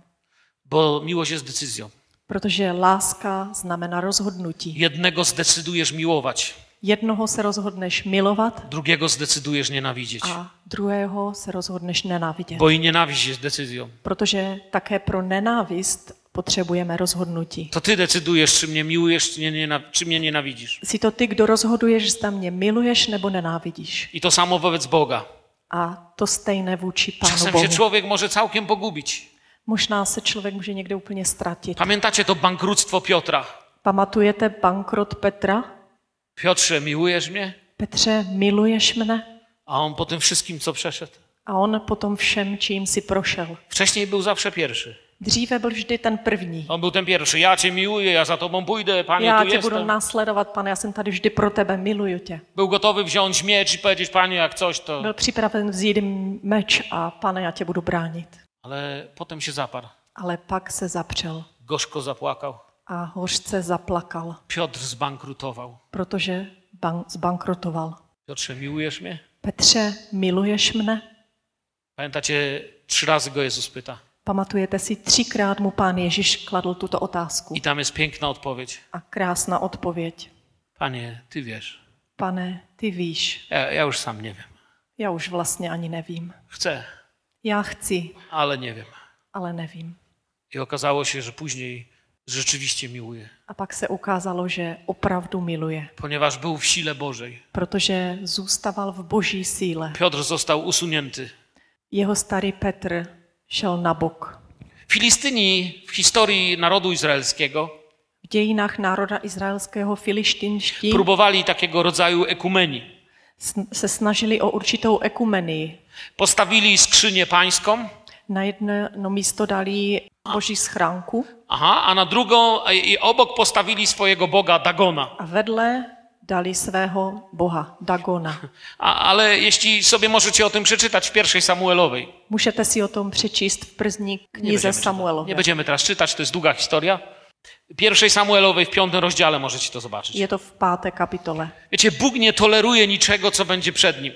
[SPEAKER 1] Bo miłość jest decyzją.
[SPEAKER 2] Protože láska znamená rozhodnutí.
[SPEAKER 1] Jednego zdecydujesz miłować,
[SPEAKER 2] Jednoho se rozhodneš milovat
[SPEAKER 1] drugiego zdecydujesz nienawidzieć.
[SPEAKER 2] a druhého se rozhodneš nenávidět.
[SPEAKER 1] Bo i nienawiść jest decyzją.
[SPEAKER 2] Protože také pro nenávist potřebujeme rozhodnutí.
[SPEAKER 1] To ty decydujesz, czy mnie miłujesz, czy mnie, nienaw- czy mnie nienawidzisz.
[SPEAKER 2] Jsi to ty, kdo rozhoduješ, zda mě miluješ nebo nenávidíš.
[SPEAKER 1] I to samo wobec Boga.
[SPEAKER 2] A to stejné vůči Pánu
[SPEAKER 1] Czasem się
[SPEAKER 2] Bohu.
[SPEAKER 1] człowiek może całkiem pogubić.
[SPEAKER 2] Možná se člověk může někde úplně ztratit.
[SPEAKER 1] Pamiętacie to bankructwo Piotra?
[SPEAKER 2] Pamatujete bankrot Petra?
[SPEAKER 1] Piotrze, miłujesz mnie?
[SPEAKER 2] Petře, miluješ mne?
[SPEAKER 1] A on po tym wszystkim, co przeszedł.
[SPEAKER 2] A on potom všem, čím si prošel.
[SPEAKER 1] Wcześniej był zawsze pierwszy.
[SPEAKER 2] Dříve byl vždy ten první.
[SPEAKER 1] On był ten pierwszy. Ja cię miłuję, ja za tobą pójdę, panie,
[SPEAKER 2] Já
[SPEAKER 1] tu
[SPEAKER 2] tě budu
[SPEAKER 1] jestem.
[SPEAKER 2] následovat, pane, já jsem tady vždy pro tebe, miluju tě.
[SPEAKER 1] Był gotowy wziąć miecz i powiedzieć, panie, jak coś to...
[SPEAKER 2] Byl připraven vzít meč a pane, já tě budu bránit.
[SPEAKER 1] Ale potem się zaparł.
[SPEAKER 2] Ale pak se zapřel
[SPEAKER 1] Gorzko zapłakał.
[SPEAKER 2] a hořce zaplakal,
[SPEAKER 1] Piotr zbankrutował.
[SPEAKER 2] protože bank- zbankrotoval.
[SPEAKER 1] Piotrze, miłujesz mnie?
[SPEAKER 2] Petře, miluješ mne?
[SPEAKER 1] Pamiętacie, trzy razy go Jezus pyta.
[SPEAKER 2] Pamatujete si, třikrát mu pán Ježíš kladl tuto otázku.
[SPEAKER 1] I tam jest piękna odpowiedź.
[SPEAKER 2] A krásná odpověď.
[SPEAKER 1] Panie, ty wiesz.
[SPEAKER 2] Pane, ty víš,
[SPEAKER 1] Ja, ja już sam nie wiem.
[SPEAKER 2] já už vlastně ani nevím.
[SPEAKER 1] Chcę,
[SPEAKER 2] Já chci,
[SPEAKER 1] ale nie wiem.
[SPEAKER 2] ale nevím.
[SPEAKER 1] I okazało się, że później rzeczywiście miłuje.
[SPEAKER 2] A pak se ukázalo, že opravdu miluje,
[SPEAKER 1] Ponieważ był w sile Bożej.
[SPEAKER 2] protože zůstával v boží síle.
[SPEAKER 1] Piotr został usunięty.
[SPEAKER 2] Jeho starý Petr šel na bok.
[SPEAKER 1] Filistyni w historii narodu izraelskiego
[SPEAKER 2] V dějinách národa izraelského filištinští
[SPEAKER 1] próbowali takiego rodzaju ekumenii.
[SPEAKER 2] sn- se snažili o určitou ekumenii.
[SPEAKER 1] Postawili skrzynię pańską,
[SPEAKER 2] Na jedno no, místo dali boží schránku
[SPEAKER 1] Aha, a na drugą i i obok postawili swojego boga Dagona.
[SPEAKER 2] a vedle dali svého boha, Dagona.
[SPEAKER 1] A, ale jeśli sobie możecie o tym przeczytać w pierwszej Samuelowej.
[SPEAKER 2] Můžete si o tom přečíst v przní knize
[SPEAKER 1] nie
[SPEAKER 2] Samuelové.
[SPEAKER 1] będziemy teraz czytać, to jest długa historia. Pierwszej Samuelowej w piątym rozdziale możecie to zobaczyć.
[SPEAKER 2] Je to v páté kapitole.
[SPEAKER 1] Wiecie, Bóg nie toleruje niczego, co będzie przed nim.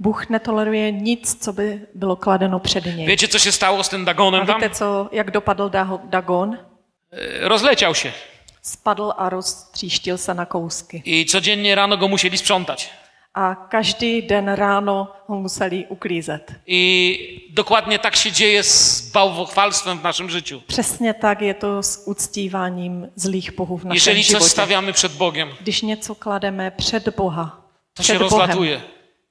[SPEAKER 2] Bůh netoleruje nic, co by bylo kladeno před něj.
[SPEAKER 1] Wiecie, co się stało z tym
[SPEAKER 2] A
[SPEAKER 1] Dagonem tam?
[SPEAKER 2] víte, co, jak dopadl Daho- Dagon?
[SPEAKER 1] E, Rozleciał się
[SPEAKER 2] Spadl a roztříštil se na kousky.
[SPEAKER 1] i codziennie rano go musieli sprzątać.
[SPEAKER 2] A a každý den ráno ho museli uklízet.
[SPEAKER 1] I dokładnie tak się dzieje z bałwochwalstwem w naszym życiu.
[SPEAKER 2] Přesně tak je to s uctíváním zlých bohů v našem
[SPEAKER 1] Jeżeli coś
[SPEAKER 2] životě.
[SPEAKER 1] stawiamy przed Bogiem,
[SPEAKER 2] Když něco klademe před Boha,
[SPEAKER 1] to się
[SPEAKER 2] před Bohem,
[SPEAKER 1] rozlatuje.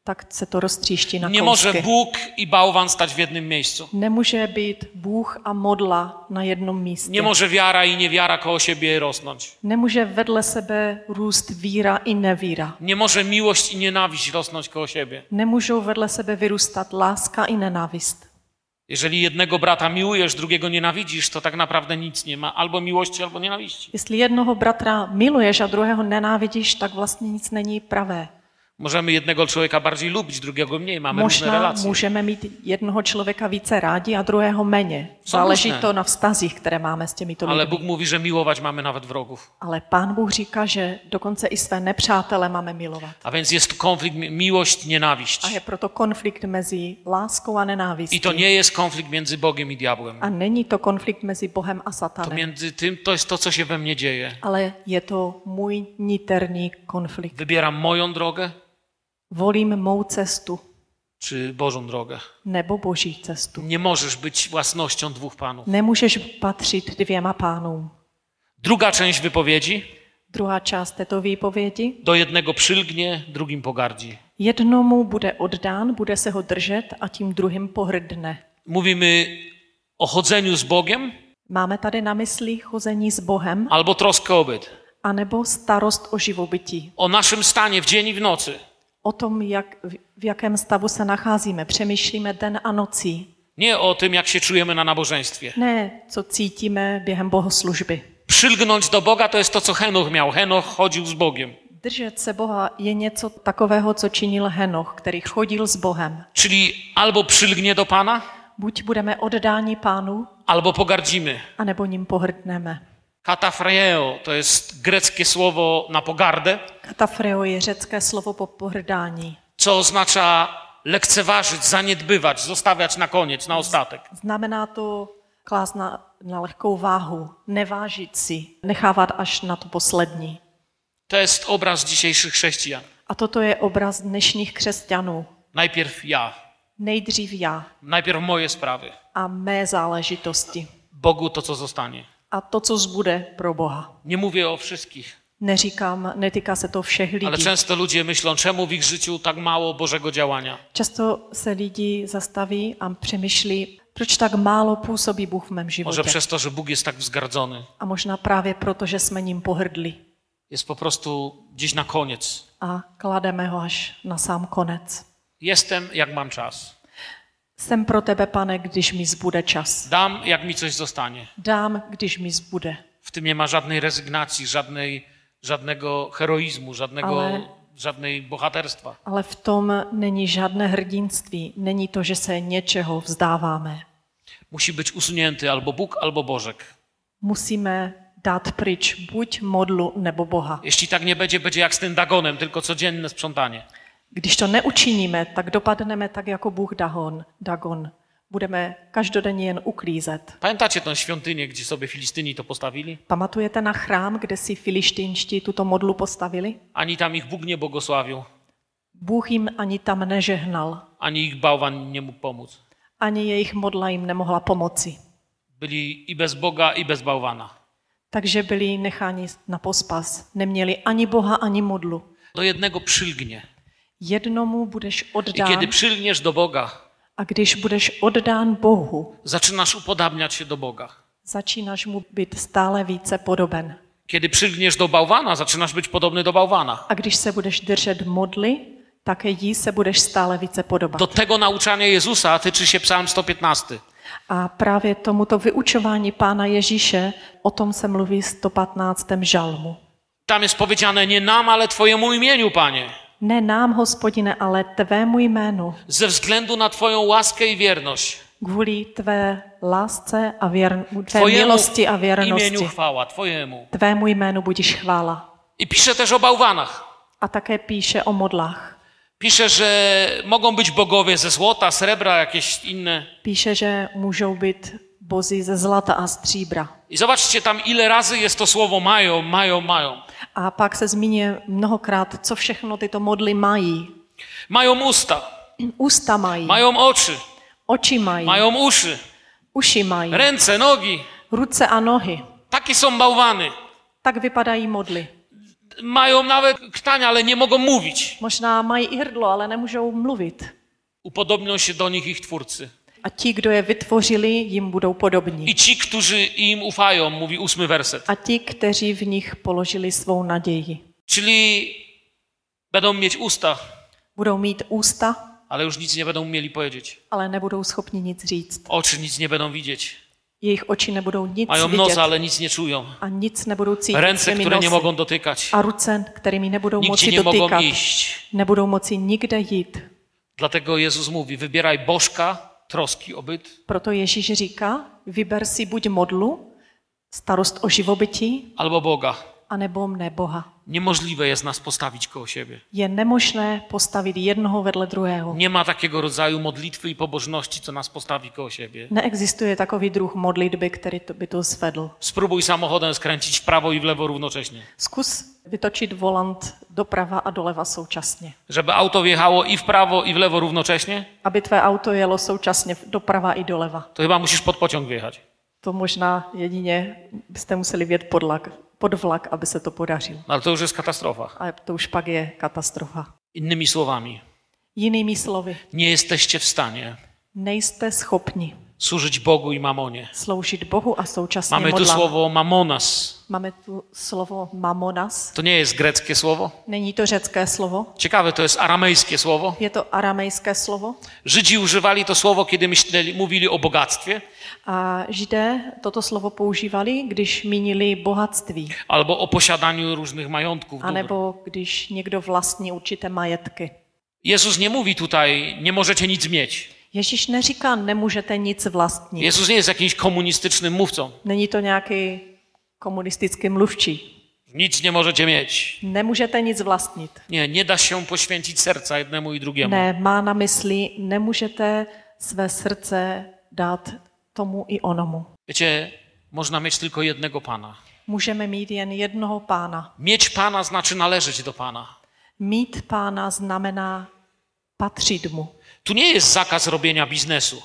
[SPEAKER 2] tak se to roztříští na
[SPEAKER 1] Nie
[SPEAKER 2] kousky.
[SPEAKER 1] może Bóg i bałwan stać w jednym miejscu.
[SPEAKER 2] Nemůže být Bůh a modla na jednom místě.
[SPEAKER 1] Nie może wiara i niewiara koło siebie rosnąć.
[SPEAKER 2] Nemůže vedle sebe růst víra i nevíra.
[SPEAKER 1] Nie może miłość i nienawiść rosnąć koło siebie.
[SPEAKER 2] Nemůžou vedle sebe vyrůstat láska i nenávist.
[SPEAKER 1] Jeżeli jednego brata miłujesz, drugiego nienawidzisz, to tak naprawdę nic nie ma. Albo miłości, albo nienawiści.
[SPEAKER 2] Jestli jednoho bratra miluješ a druhého nenávidíš, tak vlastně nic není pravé.
[SPEAKER 1] Możemy jednego człowieka bardziej lubić, drugiego mniej. Mamy różne
[SPEAKER 2] Možná
[SPEAKER 1] relacje.
[SPEAKER 2] můžeme mít jednoho člověka více rádi a druhého méně.
[SPEAKER 1] Jsou
[SPEAKER 2] Záleží
[SPEAKER 1] různé.
[SPEAKER 2] to na vztazích, které máme s těmito lidmi.
[SPEAKER 1] Ale Bóg mówi, że miłować mamy nawet wrogów.
[SPEAKER 2] Ale pán Bůh říká, že dokonce i své nepřátele máme milovat.
[SPEAKER 1] A więc jest konflikt mi- miłość-nienawiść.
[SPEAKER 2] A je proto konflikt mezi láskou a nenávistí.
[SPEAKER 1] I to nie jest konflikt między Bogiem i diabłem.
[SPEAKER 2] A není to konflikt mezi Bohem a
[SPEAKER 1] To
[SPEAKER 2] satanem,
[SPEAKER 1] między tym, to jest to, co się we mnie dzieje.
[SPEAKER 2] ale je to můj niterní konflikt.
[SPEAKER 1] Wybieram moją drogę
[SPEAKER 2] Volím mou cestu
[SPEAKER 1] czy Bożą drogę.
[SPEAKER 2] nebo boží cestu.
[SPEAKER 1] Nie możesz być własnością dwóch panów.
[SPEAKER 2] Nemůžeš patřit dvěma pánům.
[SPEAKER 1] Druga część wypowiedzi.
[SPEAKER 2] Druhá část této výpovědi.
[SPEAKER 1] Do jednego przylgnie, drugim pogardzi.
[SPEAKER 2] Jednomu bude oddán, bude se ho držet a tím druhým pohrdne.
[SPEAKER 1] Mówimy o chodzeniu z Bogiem
[SPEAKER 2] Máme tady na mysli chození s Bohem
[SPEAKER 1] albo troskę o byt.
[SPEAKER 2] anebo starost o živobytí.
[SPEAKER 1] O naszym stanie w dzień i w nocy.
[SPEAKER 2] O tom, jak, v jakém stavu se nacházíme, přemýšlíme den a nocí.
[SPEAKER 1] Nie o tym, jak się czujemy na nabożeństwie.
[SPEAKER 2] Ne, co cítíme během bohoslužby.
[SPEAKER 1] Przylgnąć do Boga to jest to, co Henoch miał. Henoch chodził z Bogiem.
[SPEAKER 2] Držet se Boha je něco takového, co činil Henoch, který chodil s Bohem.
[SPEAKER 1] Czyli albo przylgnie do Pana,
[SPEAKER 2] Buď budeme oddáni pánu,
[SPEAKER 1] albo pogardzimy.
[SPEAKER 2] anebo ním pohrdneme.
[SPEAKER 1] Katafreo to jest greckie słowo na pogardę,
[SPEAKER 2] Katafreo je řecké slovo po pohrdání.
[SPEAKER 1] co oznacza lekceważyć, zaniedbywać, zostawiać na koniec, na ostatek.
[SPEAKER 2] Znamená to klást na, na lehkou váhu, nevážit si, nechávat až na to poslední.
[SPEAKER 1] To jest obraz dzisiejszych chrześcijan.
[SPEAKER 2] A toto je obraz dnešních křesťanů.
[SPEAKER 1] Najpierw ja,
[SPEAKER 2] Nejdřív já
[SPEAKER 1] najpierw moje sprawy,
[SPEAKER 2] a mé záležitosti.
[SPEAKER 1] Bogu to, co zostanie.
[SPEAKER 2] A to, co zbude pro Boha.
[SPEAKER 1] Nie mówię o wszystkich,
[SPEAKER 2] Neříkám, netýká se to všech
[SPEAKER 1] ale
[SPEAKER 2] lidí.
[SPEAKER 1] często ludzie myślą, czemu w ich życiu tak mało Bożego działania.
[SPEAKER 2] Často se lidi zastaví a přemýšlí, proč tak málo působí Bůh v mém
[SPEAKER 1] Może
[SPEAKER 2] životě.
[SPEAKER 1] przez to, że Bůg jest tak wzgardzony.
[SPEAKER 2] A možná právě proto, že jsme ním pohrdli
[SPEAKER 1] Jest po prostu gdzieś na koniec.
[SPEAKER 2] a klademe ho až na sám konec.
[SPEAKER 1] Jestem, jak mam czas.
[SPEAKER 2] Jsem pro tebe, pane, když mi zbude čas.
[SPEAKER 1] Dam, jak mi coś zostanie.
[SPEAKER 2] Dám, když mi zbude.
[SPEAKER 1] W tym nie ma żadnej rezygnacji, żadnej, żadnego heroizmu, żadnego,
[SPEAKER 2] Ale-
[SPEAKER 1] żadnej bohaterstwa.
[SPEAKER 2] Ale v tom není žádné hrdinství. Není to, že se něčeho vzdáváme.
[SPEAKER 1] Musi być usunięty albo Bóg, albo Bożek.
[SPEAKER 2] Musíme dát pryč buď modlu nebo Boha.
[SPEAKER 1] Jeśli tak nie będzie, będzie jak z tym Dagonem, tylko codzienne sprzątanie.
[SPEAKER 2] Když to neučiníme, tak dopadneme tak jako Bůh Dagon. Dagon. Budeme každodenně jen uklízet.
[SPEAKER 1] Pamiętacie tę świątynię, gdzie sobie Filistyni to postawili?
[SPEAKER 2] Pamatujete na chrám, kde si filištinští tuto modlu postavili?
[SPEAKER 1] Ani tam ich Bóg nie błogosławił,
[SPEAKER 2] Bůh jim ani tam nežehnal,
[SPEAKER 1] ani ich bałwan nie mógł pomóc.
[SPEAKER 2] ani jejich modla jim nemohla pomoci.
[SPEAKER 1] Byli i bez Boga, i bez bałwana.
[SPEAKER 2] Takže byli necháni na pospas. Neměli ani Boha, ani modlu.
[SPEAKER 1] Do jednego przylgnie.
[SPEAKER 2] Jednomu budeš
[SPEAKER 1] I
[SPEAKER 2] oddán
[SPEAKER 1] kiedy przylgniesz do Boga,
[SPEAKER 2] a když budeš oddán Bohu,
[SPEAKER 1] zaczynasz upodabniać się do Boga.
[SPEAKER 2] začínáš mu být stále více podoben.
[SPEAKER 1] Kiedy przylgniesz do bałwana, zaczynasz być podobny do bałwana.
[SPEAKER 2] A když se budeš držet modly, tak jí se budeš stále více podobat.
[SPEAKER 1] Do tego nauczania Jezusa tyczy się Psalm 115.
[SPEAKER 2] A právě tomuto vyučování Pána Ježíše, o tom se mluví v 115. žalmu.
[SPEAKER 1] Tam jest powiedziane nie nam, ale Twojemu imieniu, Panie,
[SPEAKER 2] Ne nám, hospodine, ale tvému jménu,
[SPEAKER 1] ze względu na Twoją łaskę i wierność.
[SPEAKER 2] kvůli tvé lásce a věrn, tvé
[SPEAKER 1] Twojemu
[SPEAKER 2] milosti a
[SPEAKER 1] imieniu
[SPEAKER 2] věrnosti.
[SPEAKER 1] chwała, Twojemu.
[SPEAKER 2] Tvému jménu budíš chvála.
[SPEAKER 1] I pisze też o bałwanach.
[SPEAKER 2] A také píše o modlách.
[SPEAKER 1] Pisze, że mogą być bogowie ze złota, srebra, jakieś inne.
[SPEAKER 2] Píše, že můžou být bozy ze zlata a stříbra.
[SPEAKER 1] I zobaczcie tam, ile razy jest to słowo mają, mają, mają.
[SPEAKER 2] A pak se zmíní mnohokrát, co všechno tyto modly mají.
[SPEAKER 1] Mają usta,
[SPEAKER 2] Ústa mají,
[SPEAKER 1] mają oczy,
[SPEAKER 2] oči mají,
[SPEAKER 1] mają uszy,
[SPEAKER 2] uši mají,
[SPEAKER 1] ręce, nogi.
[SPEAKER 2] ruce a nohy.
[SPEAKER 1] Takie są bałwany.
[SPEAKER 2] Tak vypadají modly.
[SPEAKER 1] Mają nawet ktania, ale nie mogą mówić.
[SPEAKER 2] Možná mají i hrdlo, ale nemůžou mluvit.
[SPEAKER 1] Upodobnią się do nich ich twórcy.
[SPEAKER 2] A ti, kdo je vytvořili, jim budou podobní.
[SPEAKER 1] I ci, którzy im ufają, mówi ósmy werset.
[SPEAKER 2] A ti, kteří v nich položili svou naději,
[SPEAKER 1] Czyli będą mieć usta,
[SPEAKER 2] budou mít ústa,
[SPEAKER 1] ale już nic nie będą umieli powiedzieć.
[SPEAKER 2] ale nebudou schopni nic říct.
[SPEAKER 1] Oczy nic nie będą widzieć.
[SPEAKER 2] Jejich oči nebudou nic
[SPEAKER 1] Mają
[SPEAKER 2] vidět
[SPEAKER 1] nosa, ale nic nie czują.
[SPEAKER 2] a nic nebudou cítit
[SPEAKER 1] Ręce,
[SPEAKER 2] svými
[SPEAKER 1] które
[SPEAKER 2] nosy.
[SPEAKER 1] nie mogą dotykać.
[SPEAKER 2] A ruce, kterými nebudou
[SPEAKER 1] Nigdzie
[SPEAKER 2] moci
[SPEAKER 1] nie mogą
[SPEAKER 2] dotýkat,
[SPEAKER 1] iść.
[SPEAKER 2] nebudou moci nikde jít.
[SPEAKER 1] Dlatego Jezus mówi, wybieraj bożka, troski, obyt,
[SPEAKER 2] Proto Ježíš říká, vyber si buď modlu, starost o živobytí,
[SPEAKER 1] albo Boga.
[SPEAKER 2] anebo mne Boha.
[SPEAKER 1] Niemożliwe jest nas postawić koło siebie.
[SPEAKER 2] Je nemožné postavit jednoho vedle druhého.
[SPEAKER 1] Nie ma takiego rodzaju modlitwy i pobożności, co nas postawi koło siebie.
[SPEAKER 2] Neexistuje takový druh modlitby, který to- by to zvedl.
[SPEAKER 1] Spróbuj samochodem skręcić w prawo i w lewo równocześnie.
[SPEAKER 2] Zkus vytočit volant doprava a doleva současně.
[SPEAKER 1] Żeby auto wjechało i w prawo, i w lewo równocześnie,
[SPEAKER 2] Aby tvé auto jelo současně doprava i doleva.
[SPEAKER 1] to chyba musisz pod pociąg wjechać.
[SPEAKER 2] To možná jedině byste museli vět pod, lak, pod vlak, aby se to podařilo.
[SPEAKER 1] No, ale to już jest katastrofa.
[SPEAKER 2] A to už pak je katastrofa.
[SPEAKER 1] Innymi słowami,
[SPEAKER 2] Jinými slovy,
[SPEAKER 1] nie jesteście w stanie
[SPEAKER 2] nejste schopni
[SPEAKER 1] służyć Bogu i mamonie.
[SPEAKER 2] sloužit Bohu a současně
[SPEAKER 1] Mamy tu
[SPEAKER 2] modlám.
[SPEAKER 1] słowo mamonas.
[SPEAKER 2] Máme tu slovo mamonas.
[SPEAKER 1] To nie jest greckie słowo.
[SPEAKER 2] Není to řecké slovo,
[SPEAKER 1] Ciekawe, to jest aramejskie słowo.
[SPEAKER 2] je to aramejské slovo.
[SPEAKER 1] Żydzi używali to słowo, kiedy myśleli, mówili o bogactwie
[SPEAKER 2] A židé toto slovo používali, když mínili bohatství,
[SPEAKER 1] albo o posiadaniu różnych majątków. dóbr.
[SPEAKER 2] anebo když někdo vlastní určité majetky.
[SPEAKER 1] Jezus nie mówi tutaj, nie możecie nic mieć.
[SPEAKER 2] Ježíš neříká, nemůžete nic vlastnit.
[SPEAKER 1] Jezus nie jest jakimś komunistycznym mówcą.
[SPEAKER 2] Není to nějaký komunistický mluvčí.
[SPEAKER 1] Nic nie możecie mieć.
[SPEAKER 2] Nemůžete nic vlastnit.
[SPEAKER 1] Nie, nie da się poświęcić serca jednemu i drugiemu.
[SPEAKER 2] Ne, má na mysli, nemůžete své srdce dát tomu i onomu.
[SPEAKER 1] Wiecie, można mieć tylko jednego Pana.
[SPEAKER 2] Můžeme mít jen jednoho pána.
[SPEAKER 1] Mieć Pana znaczy należeć do Pana.
[SPEAKER 2] Mít pána znamená patřit mu.
[SPEAKER 1] Tu nie jest zakaz robienia biznesu.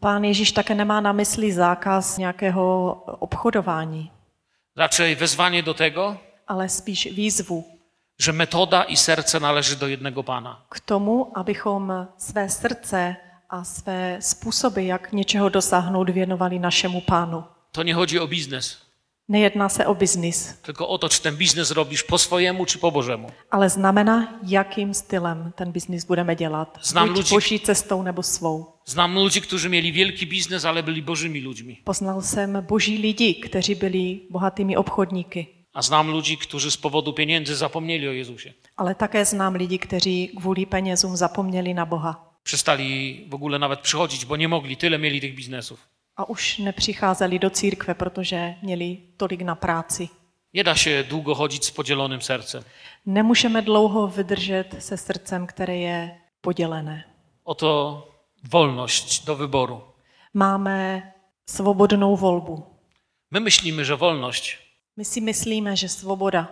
[SPEAKER 2] Pán Ježíš také nemá na mysli zákaz nějakého obchodování,
[SPEAKER 1] Raczej wezwanie do tego,
[SPEAKER 2] ale spíš výzvu
[SPEAKER 1] że metoda i serce należy do jednego Pana.
[SPEAKER 2] k tomu, abychom své srdce a své způsoby, jak něčeho dosáhnout, věnovali našemu pánu.
[SPEAKER 1] To nie chodzi o biznes,
[SPEAKER 2] Nejedná se o biznis,
[SPEAKER 1] tylko o to, czy ten biznes robisz po swojemu, czy po Bożemu.
[SPEAKER 2] ale znamená, jakým stylem ten biznis budeme dělat.
[SPEAKER 1] Znám
[SPEAKER 2] Buď
[SPEAKER 1] lidi-
[SPEAKER 2] boží cestou nebo svou.
[SPEAKER 1] Znam ludzi, którzy mieli wielki biznes, ale byli Bożymi ludźmi.
[SPEAKER 2] Poznal jsem boží lidi, kteří byli bohatými obchodníky,
[SPEAKER 1] A znam ludzi, którzy z powodu pieniędzy zapomnieli o Jezusie.
[SPEAKER 2] ale také znám lidi, kteří kvůli penězům zapomněli na Boha.
[SPEAKER 1] Przestali w ogóle nawet przychodzić, bo nie mogli, tyle mieli tych biznesów.
[SPEAKER 2] A už nepřicházeli do církve, protože měli tolik na práci.
[SPEAKER 1] Nie da się długo chodzić z podzielonym sercem.
[SPEAKER 2] Nemůžeme dlouho vydržet se srdcem, které je podělené.
[SPEAKER 1] Oto wolność do wyboru.
[SPEAKER 2] Máme svobodnou volbu.
[SPEAKER 1] My myślimy, że wolność
[SPEAKER 2] My si myslíme, že svoboda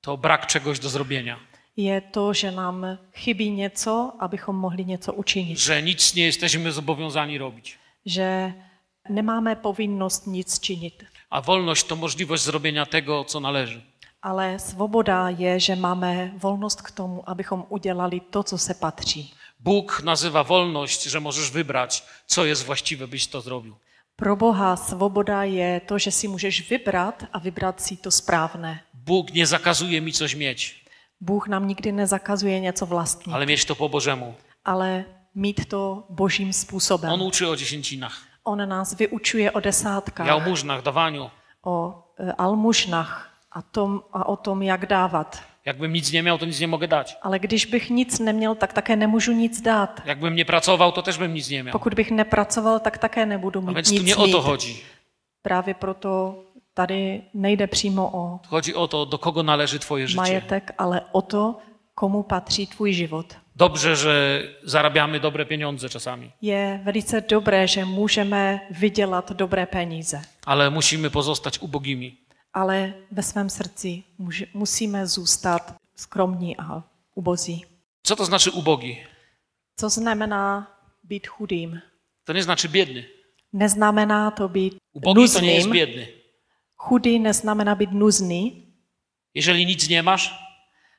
[SPEAKER 1] to brak czegoś do zrobienia,
[SPEAKER 2] je to, že nám chybí něco, abychom mohli něco učinit.
[SPEAKER 1] że nic nie jesteśmy zobowiązani robić.
[SPEAKER 2] Že nemáme povinnost nic činit.
[SPEAKER 1] A wolność to możliwość zrobienia tego, co należy.
[SPEAKER 2] Ale svoboda je, že máme volnost k tomu, abychom udělali to, co se patří.
[SPEAKER 1] Bóg nazywa wolność, że możesz wybrać, co jest właściwe, byś to zrobił.
[SPEAKER 2] Pro Boha svoboda je to, že si můžeš vybrat a vybrat si to správné.
[SPEAKER 1] Bóg nie zakazuje mi coś mieć,
[SPEAKER 2] Bůh nám nikdy nezakazuje něco vlastní, ale,
[SPEAKER 1] ale mieć to po Bożemu.
[SPEAKER 2] ale mít to božím způsobem.
[SPEAKER 1] On
[SPEAKER 2] On,
[SPEAKER 1] uczy o dziesięcinach,
[SPEAKER 2] On nás vyučuje o desátkách,
[SPEAKER 1] jałmużnach, dawaniu.
[SPEAKER 2] o e, almužnách a, tom, a o tom, jak dávat.
[SPEAKER 1] Jakbym nic nie miał, to nic nie mogę dać.
[SPEAKER 2] Ale když bych nic neměl, tak také nemůžu nic dát.
[SPEAKER 1] Jakbym nie pracował, to też bym nic nie miał.
[SPEAKER 2] Pokud bych nepracoval, tak také nebudu
[SPEAKER 1] A
[SPEAKER 2] mít
[SPEAKER 1] więc tu
[SPEAKER 2] nic
[SPEAKER 1] nie o
[SPEAKER 2] mít.
[SPEAKER 1] to chodzi.
[SPEAKER 2] Právě proto tady nejde přímo o
[SPEAKER 1] Chodzi o to, do kogo należy Twoje życie.
[SPEAKER 2] majetek, ale o to, komu patří tvůj život.
[SPEAKER 1] Dobrze, że zarabiamy dobre pieniądze czasami,
[SPEAKER 2] Je velice dobré, že můžeme vydělat dobré peníze,
[SPEAKER 1] ale musimy pozostać ubogimi.
[SPEAKER 2] ale ve svém srdci může- musíme zůstat skromní a ubozí.
[SPEAKER 1] Co to znaczy ubogi?
[SPEAKER 2] Co znamená být chudým?
[SPEAKER 1] To nie znaczy biedny.
[SPEAKER 2] Neznamená to být
[SPEAKER 1] Ubogi to nie jest
[SPEAKER 2] nuzným.
[SPEAKER 1] biedny.
[SPEAKER 2] Chudý neznamená být nuzný,
[SPEAKER 1] Jeżeli nic nie masz,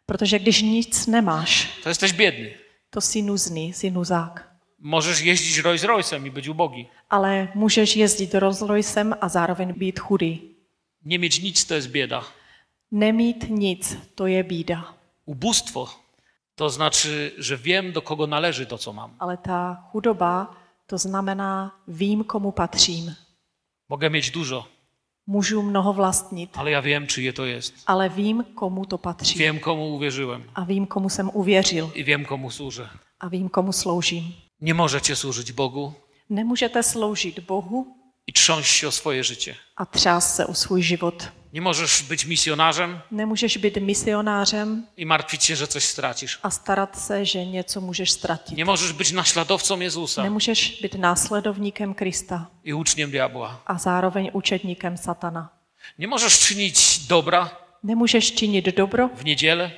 [SPEAKER 2] protože když nic nemáš,
[SPEAKER 1] to jesteś biedny.
[SPEAKER 2] to jsi nuzný, jsi nuzák.
[SPEAKER 1] Możesz jeździć Rolls Royce'em i być ubogi.
[SPEAKER 2] Ale můžeš jezdit Rolls Roycem a zároveň být chudý.
[SPEAKER 1] Nie mieć nic to jest bieda.
[SPEAKER 2] Nemít nic, to je bída.
[SPEAKER 1] Ubóstwo to znaczy, że wiem, do kogo należy to, co mam.
[SPEAKER 2] Ale ta chudoba, to znamená, vím, komu patřím.
[SPEAKER 1] Mogę mieć dużo,
[SPEAKER 2] Můžu mnoho vlastnit,
[SPEAKER 1] ale ja wiem, czyje to jest.
[SPEAKER 2] ale vím, komu to patří.
[SPEAKER 1] Wiem, komu uwierzyłem
[SPEAKER 2] A vím, komu jsem uvěřil.
[SPEAKER 1] i wiem, komu służę.
[SPEAKER 2] A vím, komu sloužím.
[SPEAKER 1] Nie możecie służyć Bogu
[SPEAKER 2] Nemůžete sloužit Bohu
[SPEAKER 1] i trząść się o swoje życie.
[SPEAKER 2] a třást se o svůj život.
[SPEAKER 1] Nie możesz być misjonarzem
[SPEAKER 2] Nemůžeš být misionářem
[SPEAKER 1] i martwić się, że coś stracisz.
[SPEAKER 2] a starat se, že něco můžeš ztratit.
[SPEAKER 1] Nie możesz być naśladowcą Jezusa
[SPEAKER 2] Nemůžeš být následovníkem Krista
[SPEAKER 1] i uczniem diabła.
[SPEAKER 2] a zároveň učedníkem Satana.
[SPEAKER 1] Nie możesz czynić dobra
[SPEAKER 2] Nemůžeš činit dobro
[SPEAKER 1] w niedzielę,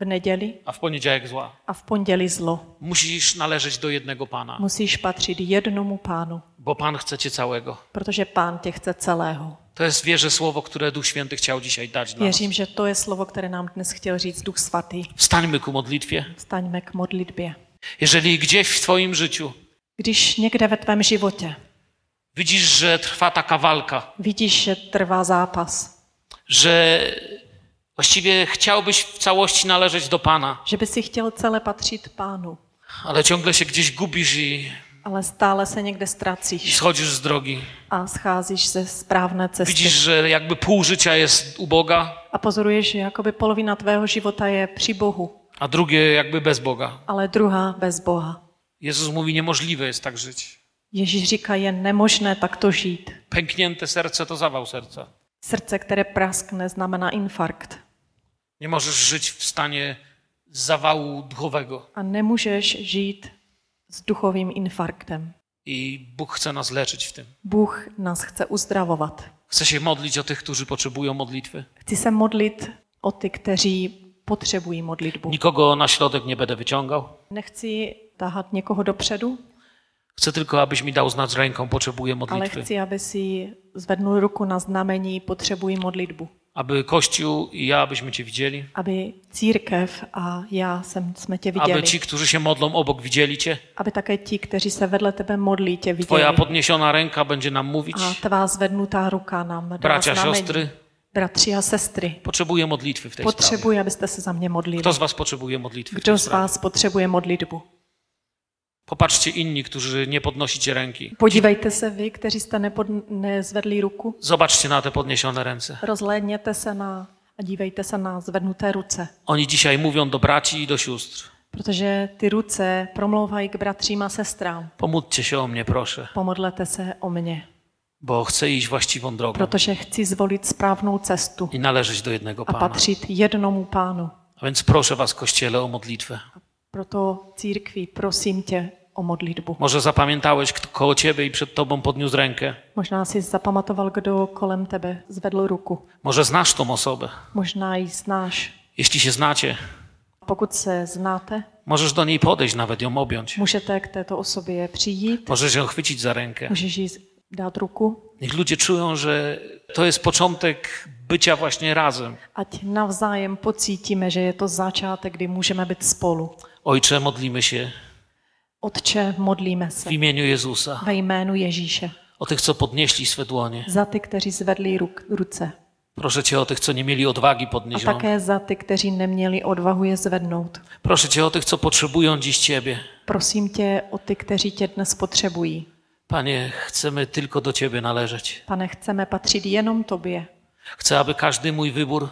[SPEAKER 2] v neděli
[SPEAKER 1] a w poniedziałek zła.
[SPEAKER 2] a v pondělí zlo.
[SPEAKER 1] Musisz należeć do jednego Pana,
[SPEAKER 2] Musíš patřit jednomu pánu,
[SPEAKER 1] bo Pan chce cię całego.
[SPEAKER 2] protože pán tě chce celého.
[SPEAKER 1] To jest wierzę słowo, które Duch Święty chciał dzisiaj dać dla nas.
[SPEAKER 2] Věřím, že to je slovo, které nám dnes chtěl říct Duch Svatý.
[SPEAKER 1] Wstańmy ku modlitwie.
[SPEAKER 2] Staňme k modlitbě.
[SPEAKER 1] Jeżeli gdzieś w Twoim życiu
[SPEAKER 2] Když někde ve tvém životě
[SPEAKER 1] widzisz, że trwa taka walka,
[SPEAKER 2] vidíš, že trvá zápas,
[SPEAKER 1] że właściwie chciałbyś w całości należeć do Pana,
[SPEAKER 2] že by si chtěl celé patřit pánu,
[SPEAKER 1] ale ciągle się gdzieś gubisz i
[SPEAKER 2] ale stále se někde ztracíš
[SPEAKER 1] schodzisz z drogi.
[SPEAKER 2] a scházíš ze správné cesty
[SPEAKER 1] Widzisz, że jakby pół życia jest u Boga,
[SPEAKER 2] a pozoruješ, že jakoby polovina tvého života je při Bohu,
[SPEAKER 1] a drugie jakby bez Boga.
[SPEAKER 2] ale druhá bez Boha.
[SPEAKER 1] Jezus mówi, niemożliwe jest tak żyć.
[SPEAKER 2] Ježíš říká, je nemožné takto žít.
[SPEAKER 1] Pęknięte serce to zawał serca.
[SPEAKER 2] Srdce, které praskne, znamená infarkt.
[SPEAKER 1] Nie możesz żyć w stanie zawału duchowego.
[SPEAKER 2] A nemůžeš žít s duchovým infarktem.
[SPEAKER 1] I Bóg chce nas leczyć w tym.
[SPEAKER 2] Bůh nás chce uzdravovat.
[SPEAKER 1] Chce się modlić o tych, którzy potrzebują modlitwy.
[SPEAKER 2] Chci se modlit o ty, kteří potřebují modlitbu.
[SPEAKER 1] Nikogo na środek nie będę wyciągał.
[SPEAKER 2] Nechci tahat někoho dopředu,
[SPEAKER 1] Chcę tylko, abyś mi dał znać ręką, potrzebuję
[SPEAKER 2] Ale
[SPEAKER 1] modlitwy.
[SPEAKER 2] chci, aby si zvednul ruku na znamení potřebuji modlitbu.
[SPEAKER 1] Aby Kościół i ja, abyśmy Cię widzieli.
[SPEAKER 2] Aby církev a já jsem, jsme tě viděli.
[SPEAKER 1] Aby
[SPEAKER 2] Aby,
[SPEAKER 1] ci, którzy się modlą obok, widzieli Cię.
[SPEAKER 2] aby také ti, kteří se vedle tebe modlí, tě viděli.
[SPEAKER 1] Twoja podniesiona ręka będzie nam mówić.
[SPEAKER 2] A tvá zvednutá ruka nám dala
[SPEAKER 1] Bracia,
[SPEAKER 2] znamení.
[SPEAKER 1] siostry,
[SPEAKER 2] Bratři a sestry,
[SPEAKER 1] potrzebuję modlitwy w tej sprawie.
[SPEAKER 2] potřebuji, abyste se za mě modlili.
[SPEAKER 1] Kto z Was potrzebuje modlitwy? W
[SPEAKER 2] Kdo
[SPEAKER 1] tej
[SPEAKER 2] z
[SPEAKER 1] sprawie?
[SPEAKER 2] vás potřebuje modlitbu?
[SPEAKER 1] Popatrzcie inni, którzy nie podnosicie ręki.
[SPEAKER 2] Podívejte se vy, kteří jste nepod... nezvedli ruku,
[SPEAKER 1] Zobaczcie na te podniesione ręce.
[SPEAKER 2] rozhlédněte se na a dívejte se na zvednuté ruce.
[SPEAKER 1] Oni dzisiaj mówią do braci i do sióstr.
[SPEAKER 2] Protože ty ruce promlouvají k bratřím a sestrám.
[SPEAKER 1] Pomódźcie się o mnie, proszę,
[SPEAKER 2] Pomodlete se o mě,
[SPEAKER 1] bo chcę iść właściwą drogą
[SPEAKER 2] protože chci zvolit správnou cestu
[SPEAKER 1] i należeć do jednego
[SPEAKER 2] a
[SPEAKER 1] Pana.
[SPEAKER 2] patřit jednomu pánu.
[SPEAKER 1] A więc proszę Was, Kościele, o modlitwę.
[SPEAKER 2] Proto církvi, prosím tě o modlitbu.
[SPEAKER 1] Może zapamiętałeś, kto koło Ciebie i przed Tobą podniósł rękę.
[SPEAKER 2] Možná jsi zapamatoval, kdo kolem tebe zvedl ruku.
[SPEAKER 1] Może znasz tą osobę.
[SPEAKER 2] Možná ji znáš.
[SPEAKER 1] Jeśli się znacie,
[SPEAKER 2] Pokud se znáte,
[SPEAKER 1] możesz do niej podejść, nawet ją objąć.
[SPEAKER 2] můžete k této osobě přijít,
[SPEAKER 1] Możesz ją chwycić za rękę.
[SPEAKER 2] můžeš jí dát ruku,
[SPEAKER 1] Niech ludzie czują, że to jest początek bycia właśnie razem.
[SPEAKER 2] ať navzájem pocítíme, že je to začátek, kdy můžeme být spolu.
[SPEAKER 1] Ojcze, modlimy się
[SPEAKER 2] Otče, modlíme se
[SPEAKER 1] w imieniu Jezusa
[SPEAKER 2] ve jménu Ježíše
[SPEAKER 1] o tych, co podnieśli swe dłonie.
[SPEAKER 2] za ty, kteří zvedli ruk, ruce.
[SPEAKER 1] Proszę Cię o tych, co nie mieli odwagi
[SPEAKER 2] A tak-
[SPEAKER 1] podnieść rąk.
[SPEAKER 2] také za ty, kteří neměli odvahu je zvednout.
[SPEAKER 1] Proszę Cię o tych, co potrzebują dziś Ciebie.
[SPEAKER 2] Prosím tě o ty, kteří tě dnes potřebují.
[SPEAKER 1] Panie, chcemy tylko do Ciebie należeć.
[SPEAKER 2] Pane, chceme patřit jenom tobě.
[SPEAKER 1] Chcę, aby każdy mój wybór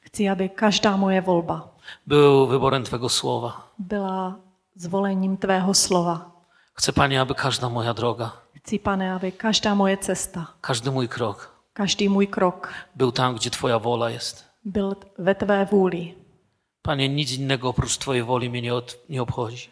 [SPEAKER 2] Chci, aby každá moje volba
[SPEAKER 1] był wyborem Twego słowa.
[SPEAKER 2] byla zvolením tvého slova.
[SPEAKER 1] Chcę, Panie, aby każda moja droga,
[SPEAKER 2] Chci, pane, aby každá moje cesta,
[SPEAKER 1] każdy mój krok
[SPEAKER 2] každý můj krok
[SPEAKER 1] był tam, gdzie Twoja wola jest.
[SPEAKER 2] byl t- ve tvé vůli.
[SPEAKER 1] Panie, nic innego oprócz Twojej woli mnie nie, od, nie obchodzi.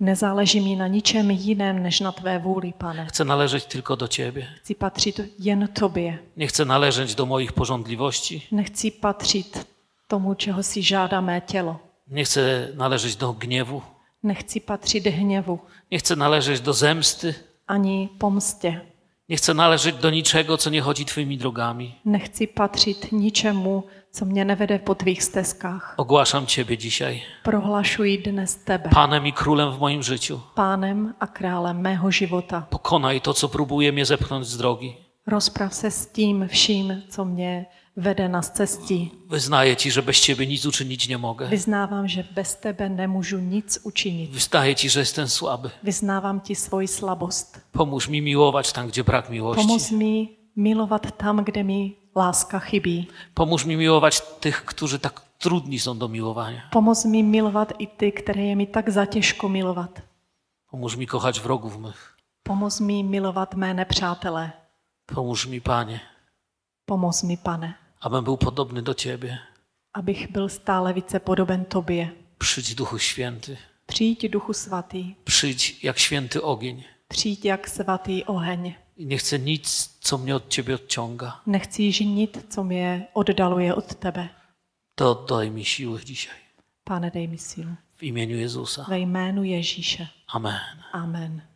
[SPEAKER 2] Nezáleží mi na ničem jiném, než na tvé vůli, pane.
[SPEAKER 1] Chcę należeć tylko do Ciebie.
[SPEAKER 2] Chci patřit jen tobě.
[SPEAKER 1] Nie chcę należeć do moich porządliwości,
[SPEAKER 2] Nechci patřit tomu, čeho si žádá mé tělo,
[SPEAKER 1] Nie chcę należeć do gniewu,
[SPEAKER 2] Nechci patřit hněvu
[SPEAKER 1] nie chcę należeć do zemsty,
[SPEAKER 2] ani pomstě.
[SPEAKER 1] nie chcę należeć do niczego, co nie chodzi Twoimi drogami.
[SPEAKER 2] Nechci patřit ničemu, co mě nevede po tvých stezkách.
[SPEAKER 1] Ogłaszam Ciebie dzisiaj
[SPEAKER 2] Prohlašuji dnes tebe
[SPEAKER 1] Panem i Królem w moim życiu.
[SPEAKER 2] pánem a králem mého života.
[SPEAKER 1] Pokonaj to, co próbuje mnie zepchnąć z drogi.
[SPEAKER 2] Rozprav se s tím vším, co mě vede na cestí.
[SPEAKER 1] Wyznaję Ci, że bez Ciebie nic uczynić nie mogę.
[SPEAKER 2] Vyznávám, že bez tebe nemůžu nic učinit.
[SPEAKER 1] Wyznaję Ci, że jestem słaby.
[SPEAKER 2] Vyznávám ti svoji slabost.
[SPEAKER 1] Pomóż mi miłować tam, gdzie brak
[SPEAKER 2] Pomoz
[SPEAKER 1] miłości.
[SPEAKER 2] mi milovat tam, kde mi láska chybí.
[SPEAKER 1] Pomóż mi miłować tych, którzy tak trudni są do miłowania.
[SPEAKER 2] Pomoz mi milovat i ty, které je mi tak zatěžko milovat.
[SPEAKER 1] Pomóż mi kochać wrogów mych.
[SPEAKER 2] Pomoz mi milovat mé nepřátelé.
[SPEAKER 1] Pomóż mi, Panie,
[SPEAKER 2] Pomoz mi, pane,
[SPEAKER 1] abym byl podobny do Ciebie.
[SPEAKER 2] abych byl stále více podoben tobě.
[SPEAKER 1] Przyjdź, Duchu Święty.
[SPEAKER 2] Přijď, Duchu Svatý,
[SPEAKER 1] Przyjdź jak święty ogień.
[SPEAKER 2] přijď jak svatý oheň.
[SPEAKER 1] I nie chcę nic, co mnie od Ciebie odciąga.
[SPEAKER 2] Nechci již nic, co mě oddaluje od tebe.
[SPEAKER 1] To daj mi siły dzisiaj.
[SPEAKER 2] Pane, dej mi sílu.
[SPEAKER 1] W imieniu Jezusa.
[SPEAKER 2] Ve jménu Ježíše.
[SPEAKER 1] Amen.
[SPEAKER 2] Amen.